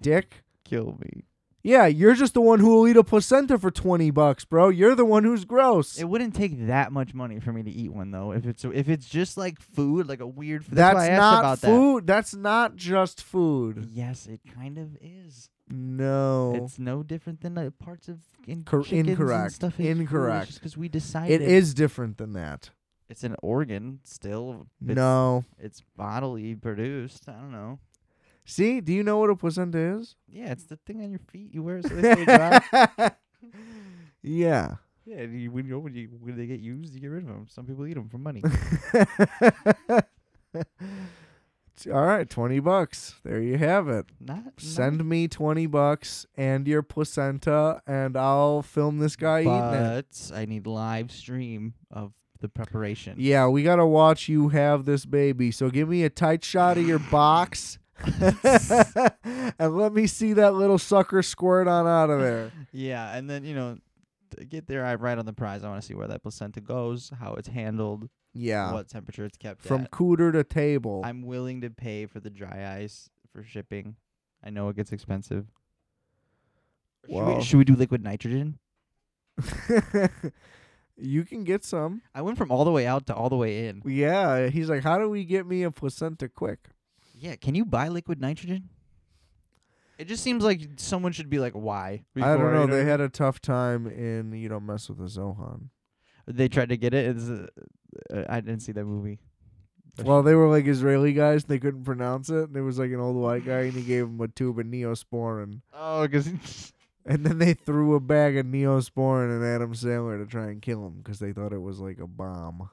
[SPEAKER 1] Dick.
[SPEAKER 2] kill me.
[SPEAKER 1] Yeah, you're just the one who will eat a placenta for 20 bucks, bro. You're the one who's gross.
[SPEAKER 2] It wouldn't take that much money for me to eat one though. If it's if it's just like food, like a weird food. That's,
[SPEAKER 1] that's
[SPEAKER 2] why I asked
[SPEAKER 1] not
[SPEAKER 2] about
[SPEAKER 1] food. That's not just
[SPEAKER 2] that.
[SPEAKER 1] food.
[SPEAKER 2] Yes, it kind of is.
[SPEAKER 1] No.
[SPEAKER 2] It's no different than uh, parts of in-
[SPEAKER 1] Oh. Cor-
[SPEAKER 2] chickens
[SPEAKER 1] incorrect.
[SPEAKER 2] And stuff in
[SPEAKER 1] Incorrect.
[SPEAKER 2] because we decided
[SPEAKER 1] it is different than that.
[SPEAKER 2] It's an organ still. It's,
[SPEAKER 1] no.
[SPEAKER 2] it's bodily produced. I don't know.
[SPEAKER 1] See, do you know what a placenta
[SPEAKER 2] (laughs)
[SPEAKER 1] is?
[SPEAKER 2] Yeah, it's the thing on your feet you wear so
[SPEAKER 1] (laughs)
[SPEAKER 2] they stay dry.
[SPEAKER 1] yeah. (laughs)
[SPEAKER 2] yeah, and you, when you when you when they get used, you get rid of them. Some people eat them
[SPEAKER 1] (laughs)
[SPEAKER 2] for money.
[SPEAKER 1] All right, 20 bucks. There you have it.
[SPEAKER 2] not not-
[SPEAKER 1] Send me 20 bucks and your placenta, and I'll film this guy eating it.
[SPEAKER 2] but I need live stream of the preparation.
[SPEAKER 1] Yeah, we gotta watch you have this baby. So give me a tight shot of your
[SPEAKER 2] (laughs)
[SPEAKER 1] box, and let me see that little sucker squirt on out of
[SPEAKER 2] (laughs)
[SPEAKER 1] there. (laughs)
[SPEAKER 2] Yeah, and then you know, t- get their eye right on the prize. I want to see where that placenta goes, how it's handled,
[SPEAKER 1] Yeah,
[SPEAKER 2] what temperature it's kept
[SPEAKER 1] from
[SPEAKER 2] at.
[SPEAKER 1] cooter to table.
[SPEAKER 2] I'm willing to pay for the dry ice for shipping. I know it gets expensive. Should
[SPEAKER 1] Wow.
[SPEAKER 2] we, should we do liquid nitrogen?
[SPEAKER 1] (laughs) you can get some.
[SPEAKER 2] I went from all the way out to all the way in.
[SPEAKER 1] Yeah, he's like, how do we get me a placenta quick?
[SPEAKER 2] Yeah, can you buy liquid nitrogen? It just seems like someone should be like, why?
[SPEAKER 1] I
[SPEAKER 2] before,
[SPEAKER 1] don't
[SPEAKER 2] you
[SPEAKER 1] know. They had a tough time in you don't mess with a Zohan.
[SPEAKER 2] They tried to get it. It's, uh, uh, I didn't see that movie.
[SPEAKER 1] Well, they were like Israeli guys. They couldn't pronounce it. And it was like an old white guy, and he gave him a tube of neosporin. (laughs)
[SPEAKER 2] Oh, because
[SPEAKER 1] And then they threw a bag of neosporin at Adam Sandler to try and kill him because they thought it was like a bomb.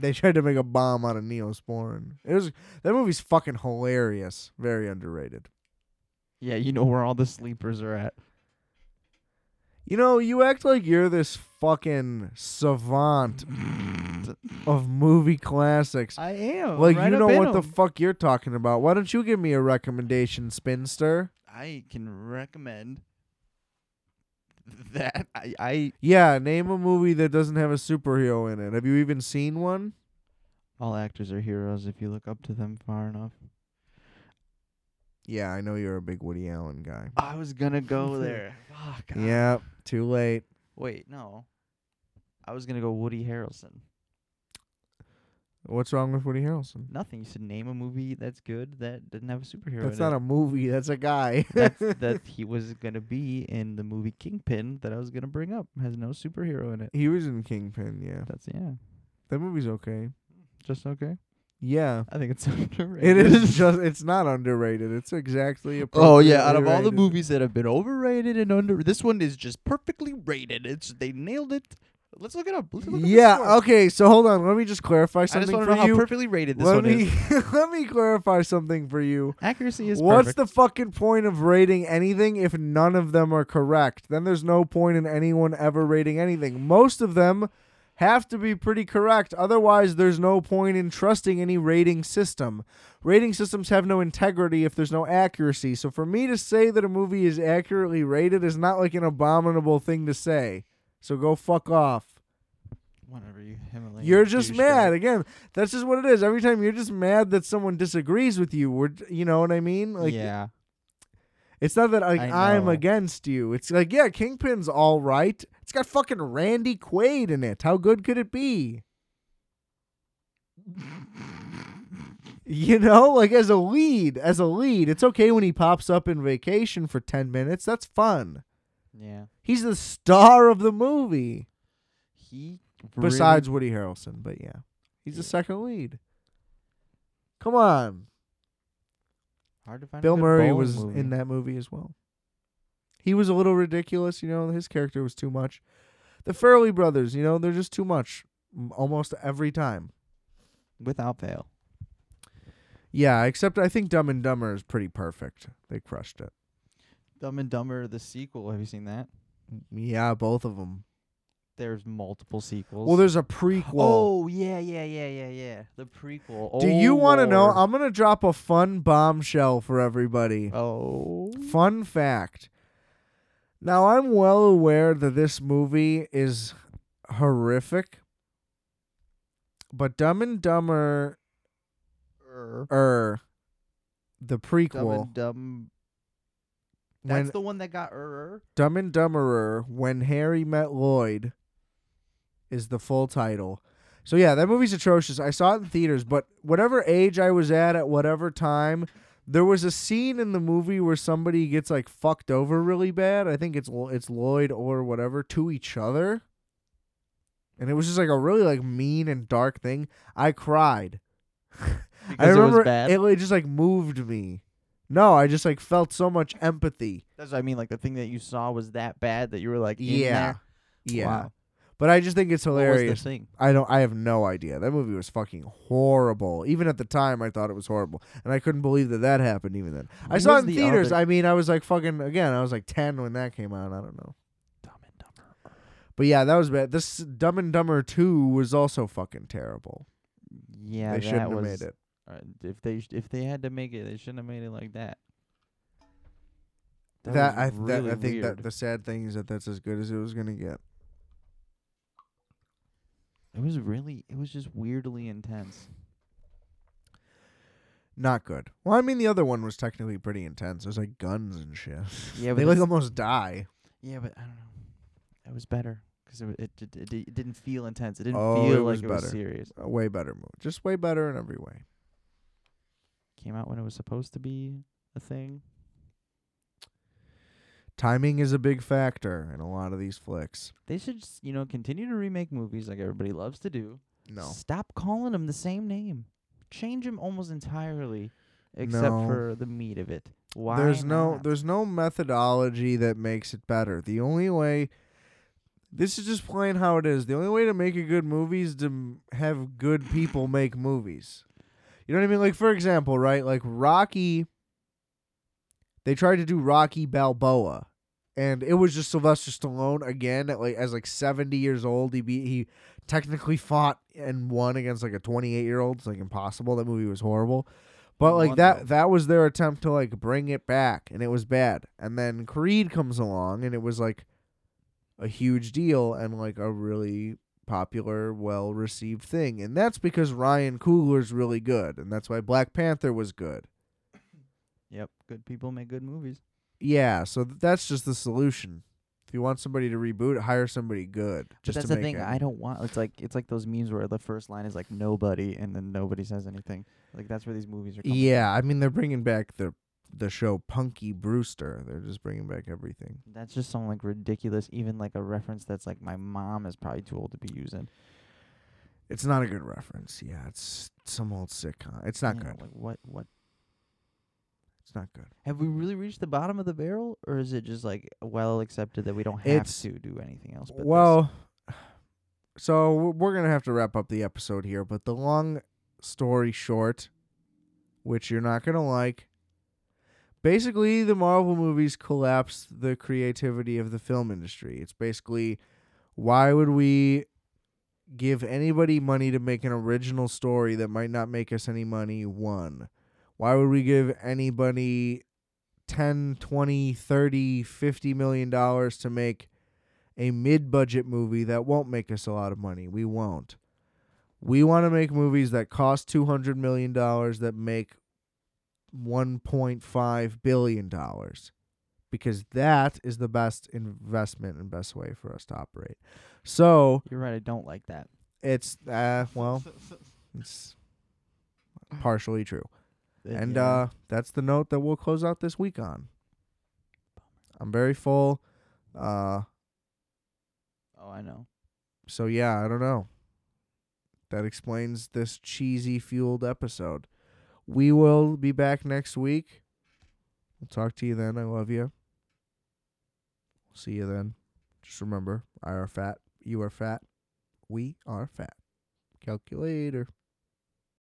[SPEAKER 1] they tried to make a bomb out of neosporin. It was that movie's fucking hilarious. Very underrated.
[SPEAKER 2] yeah, you know where all the sleepers are at.
[SPEAKER 1] You know, you act like you're this fucking savant
[SPEAKER 2] (laughs)
[SPEAKER 1] of movie classics.
[SPEAKER 2] I am.
[SPEAKER 1] Like
[SPEAKER 2] right
[SPEAKER 1] you
[SPEAKER 2] up
[SPEAKER 1] know
[SPEAKER 2] in
[SPEAKER 1] what the
[SPEAKER 2] 'em.
[SPEAKER 1] fuck you're talking about. Why don't you give me a recommendation, spinster?
[SPEAKER 2] I can recommend (laughs) that. I, I
[SPEAKER 1] Yeah, name a movie that doesn't have a superhero in it. Have you even seen one?
[SPEAKER 2] all actors are heroes if you look up to them far enough.
[SPEAKER 1] Yeah, I know you're a big Woody Allen guy.
[SPEAKER 2] I was gonna (laughs) go there. Fuck. I-
[SPEAKER 1] Yeah, too late.
[SPEAKER 2] Wait, no. I was gonna go Woody Harrelson.
[SPEAKER 1] What's wrong with Woody Harrelson?
[SPEAKER 2] Nothing. You said name a movie that's good that didn't have a (laughs) superhero.
[SPEAKER 1] That's
[SPEAKER 2] in
[SPEAKER 1] not
[SPEAKER 2] it.
[SPEAKER 1] a movie. That's a guy. (laughs)
[SPEAKER 2] that's that he was gonna be in the movie Kingpin that I was gonna bring up. Has no superhero in it.
[SPEAKER 1] he was in Kingpin. Yeah,
[SPEAKER 2] That's yeah,
[SPEAKER 1] that movie's okay.
[SPEAKER 2] just okay.
[SPEAKER 1] Yeah,
[SPEAKER 2] I think it's (laughs) underrated.
[SPEAKER 1] it is (laughs) just. It's not underrated. It's exactly.
[SPEAKER 2] Oh yeah, out of all the
[SPEAKER 1] appropriately rated.
[SPEAKER 2] movies that have been overrated and under, this one is just perfectly rated. It's they nailed it. Let's look it up. Let's look at the score.
[SPEAKER 1] Yeah. Okay. So hold on. Let me just clarify
[SPEAKER 2] I just
[SPEAKER 1] something
[SPEAKER 2] want
[SPEAKER 1] for
[SPEAKER 2] to know
[SPEAKER 1] you.
[SPEAKER 2] how perfectly rated this
[SPEAKER 1] let
[SPEAKER 2] one
[SPEAKER 1] me (laughs)
[SPEAKER 2] is.
[SPEAKER 1] let me clarify something for you.
[SPEAKER 2] Accuracy is
[SPEAKER 1] What's
[SPEAKER 2] perfect.
[SPEAKER 1] the fucking point of rating anything if none of them are correct? Then there's no point in anyone ever rating anything. Most of them have to be pretty correct. Otherwise, there's no point in trusting any rating system. Rating systems have no integrity if there's no accuracy. So for me to say that a movie is accurately rated is not like an abominable thing to say. So go fuck off.
[SPEAKER 2] Whatever you Himalayan
[SPEAKER 1] You're just
[SPEAKER 2] douchebag.
[SPEAKER 1] mad again. That's just what it is. Every time you're just mad that someone disagrees with you. We're, you know what I mean? (laughs) Like
[SPEAKER 2] yeah,
[SPEAKER 1] it's not that like
[SPEAKER 2] I
[SPEAKER 1] I'm
[SPEAKER 2] know.
[SPEAKER 1] against you. It's like yeah, Kingpin's all right. It's got fucking Randy Quaid in it. How good could it
[SPEAKER 2] (laughs)
[SPEAKER 1] be? You know, like as a lead, as a lead, it's okay when he pops up in vacation for 10 minutes. That's fun.
[SPEAKER 2] yeah.
[SPEAKER 1] He's the star of the movie
[SPEAKER 2] He really-
[SPEAKER 1] besides Woody Harrelson, but yeah. He's the
[SPEAKER 2] Yeah.
[SPEAKER 1] second lead. Come on.
[SPEAKER 2] hard to find a
[SPEAKER 1] Bill
[SPEAKER 2] good
[SPEAKER 1] Murray
[SPEAKER 2] bowling
[SPEAKER 1] was
[SPEAKER 2] movie.
[SPEAKER 1] in that movie as well. He was a little ridiculous, you know. His character was too much. The Farrelly brothers, you know, they're just too much m- almost every time.
[SPEAKER 2] without fail.
[SPEAKER 1] Yeah, except I think Dumb and Dumber is pretty perfect. They crushed it.
[SPEAKER 2] Dumb and Dumber the sequel. Have you seen that?
[SPEAKER 1] Yeah, both of them.
[SPEAKER 2] There's multiple sequels.
[SPEAKER 1] Well, there's a prequel.
[SPEAKER 2] Oh yeah, yeah, yeah, yeah, yeah. The prequel.
[SPEAKER 1] Do you want to know?
[SPEAKER 2] Oh, Lord.
[SPEAKER 1] I'm gonna drop a fun bombshell for everybody.
[SPEAKER 2] Oh.
[SPEAKER 1] Fun fact. Now, I'm well aware that this movie is horrific, but Dumb and Dumber,
[SPEAKER 2] Er.
[SPEAKER 1] er, the
[SPEAKER 2] Dumb
[SPEAKER 1] prequel,
[SPEAKER 2] and Dumb That's
[SPEAKER 1] when
[SPEAKER 2] the one that got er.
[SPEAKER 1] Dumb and Dumberer, When Harry Met Lloyd, is the full title. So yeah, that movie's atrocious. I saw it in theaters, but whatever age I was at at whatever time, there was a scene in the movie where somebody gets like fucked over really bad. I think it's Lo- it's Lloyd or whatever to each other, and it was just like a really like mean and dark thing. I cried. I
[SPEAKER 2] Because it was
[SPEAKER 1] remember
[SPEAKER 2] bad?
[SPEAKER 1] it like, just like moved me. No, I just like felt so much empathy.
[SPEAKER 2] That's what I mean. Like the thing that you saw was that bad that you were like, in
[SPEAKER 1] Yeah.
[SPEAKER 2] there?
[SPEAKER 1] Yeah.
[SPEAKER 2] Wow.
[SPEAKER 1] But I just think it's
[SPEAKER 2] What was the
[SPEAKER 1] hilarious.
[SPEAKER 2] thing?
[SPEAKER 1] I don't I have no idea. That movie was fucking horrible. Even at the time I thought it was horrible. And I couldn't believe that that happened even then. I
[SPEAKER 2] What
[SPEAKER 1] saw
[SPEAKER 2] was
[SPEAKER 1] it in
[SPEAKER 2] the
[SPEAKER 1] theaters.
[SPEAKER 2] other-
[SPEAKER 1] I mean, I was like fucking again, I was like 10 when that came out. I don't know.
[SPEAKER 2] Dumb and Dumber.
[SPEAKER 1] But yeah, that was bad. This Dumb and Dumber 2 was also fucking terrible.
[SPEAKER 2] Yeah,
[SPEAKER 1] they
[SPEAKER 2] that
[SPEAKER 1] shouldn't
[SPEAKER 2] was,
[SPEAKER 1] have made it.
[SPEAKER 2] uh, if they sh- if they had to make it, they shouldn't have made it like that.
[SPEAKER 1] That,
[SPEAKER 2] was
[SPEAKER 1] I that,
[SPEAKER 2] really
[SPEAKER 1] I think
[SPEAKER 2] weird.
[SPEAKER 1] that the sad thing is that that's as good as it was going to get.
[SPEAKER 2] it was really it was just weirdly intense.
[SPEAKER 1] Not good. Well, I mean the other one was technically pretty intense. It was like guns and shit.
[SPEAKER 2] Yeah, but
[SPEAKER 1] they like
[SPEAKER 2] that's-
[SPEAKER 1] almost die.
[SPEAKER 2] yeah, but I don't know. It was better because it, wa- it it it it didn't feel intense. It didn't
[SPEAKER 1] Oh,
[SPEAKER 2] feel
[SPEAKER 1] it
[SPEAKER 2] like
[SPEAKER 1] was
[SPEAKER 2] it
[SPEAKER 1] better.
[SPEAKER 2] was serious.
[SPEAKER 1] a way better movie. Just way better in every way.
[SPEAKER 2] Came out when it was supposed to be a thing.
[SPEAKER 1] Timing is a big factor in a lot of these flicks.
[SPEAKER 2] They should s- you know continue to remake movies like everybody loves to do.
[SPEAKER 1] No.
[SPEAKER 2] Stop calling him the same name. Change him almost entirely, except
[SPEAKER 1] No.
[SPEAKER 2] for the meat of it. Why?
[SPEAKER 1] there's no
[SPEAKER 2] not?
[SPEAKER 1] there's no methodology that makes it better. The only way this is just plain how it is. The only way to make a good movie is to m- have good people make movies. You know what I mean? Like for example, right? Like Rocky they tried to do Rocky Balboa and it was just Sylvester Stallone again at like as like 70 years old he beat he technically fought and won against like a 28 year old. It's like impossible. That movie was horrible. But
[SPEAKER 2] He
[SPEAKER 1] like
[SPEAKER 2] won,
[SPEAKER 1] that
[SPEAKER 2] though.
[SPEAKER 1] that was their attempt to like bring it back and it was bad. And then Creed comes along and it was like a huge deal and like a really popular, well received thing. And that's because Ryan Coogler's really good and that's why Black Panther was good.
[SPEAKER 2] Yep, good people make good movies.
[SPEAKER 1] Yeah, so th- that's just the solution. If you want somebody to reboot, hire somebody good.
[SPEAKER 2] But
[SPEAKER 1] Just
[SPEAKER 2] that's
[SPEAKER 1] to
[SPEAKER 2] the
[SPEAKER 1] make
[SPEAKER 2] thing.
[SPEAKER 1] it.
[SPEAKER 2] I don't want. It's like it's like those memes where the first line is like nobody, and then nobody says anything. Like that's where these movies are. Coming
[SPEAKER 1] Yeah, I mean they're bringing back the the show Punky Brewster. They're just bringing back everything.
[SPEAKER 2] from. That's just some like ridiculous, even like a reference that's like my mom is probably too old to be using.
[SPEAKER 1] It's not a good reference. Yeah, it's some old sitcom. It's not
[SPEAKER 2] You know,
[SPEAKER 1] good.
[SPEAKER 2] Like what? What?
[SPEAKER 1] It's not good.
[SPEAKER 2] Have we really reached the bottom of the barrel, or is it just like well accepted that we don't have
[SPEAKER 1] It's-
[SPEAKER 2] to do anything else? But this?
[SPEAKER 1] Well, so w- we're going to have to wrap up the episode here, but the long story short, which you're not going to like, basically the Marvel movies collapsed the creativity of the film industry. It's basically why would we give anybody money to make an original story that might not make us any money? One. Why would we give anybody 10, 20, 30, 50 million dollars to make a mid-budget movie that won't make us a lot of money. We won't. We want to make movies that cost 200 million dollars that make 1.5 billion dollars because that is the best investment and best way for us to operate. So,
[SPEAKER 2] you're right. I don't like that.
[SPEAKER 1] it's uh well, it's partially true. And
[SPEAKER 2] Yeah.
[SPEAKER 1] uh, that's the note that we'll close out this week on. I'm very full. Uh
[SPEAKER 2] oh, I know.
[SPEAKER 1] So yeah, I don't know. That explains this cheesy fueled episode. We will be back next week. We'll talk to you then. I love you. See you then. Just remember, I are fat. You are fat. We are fat. Calculator.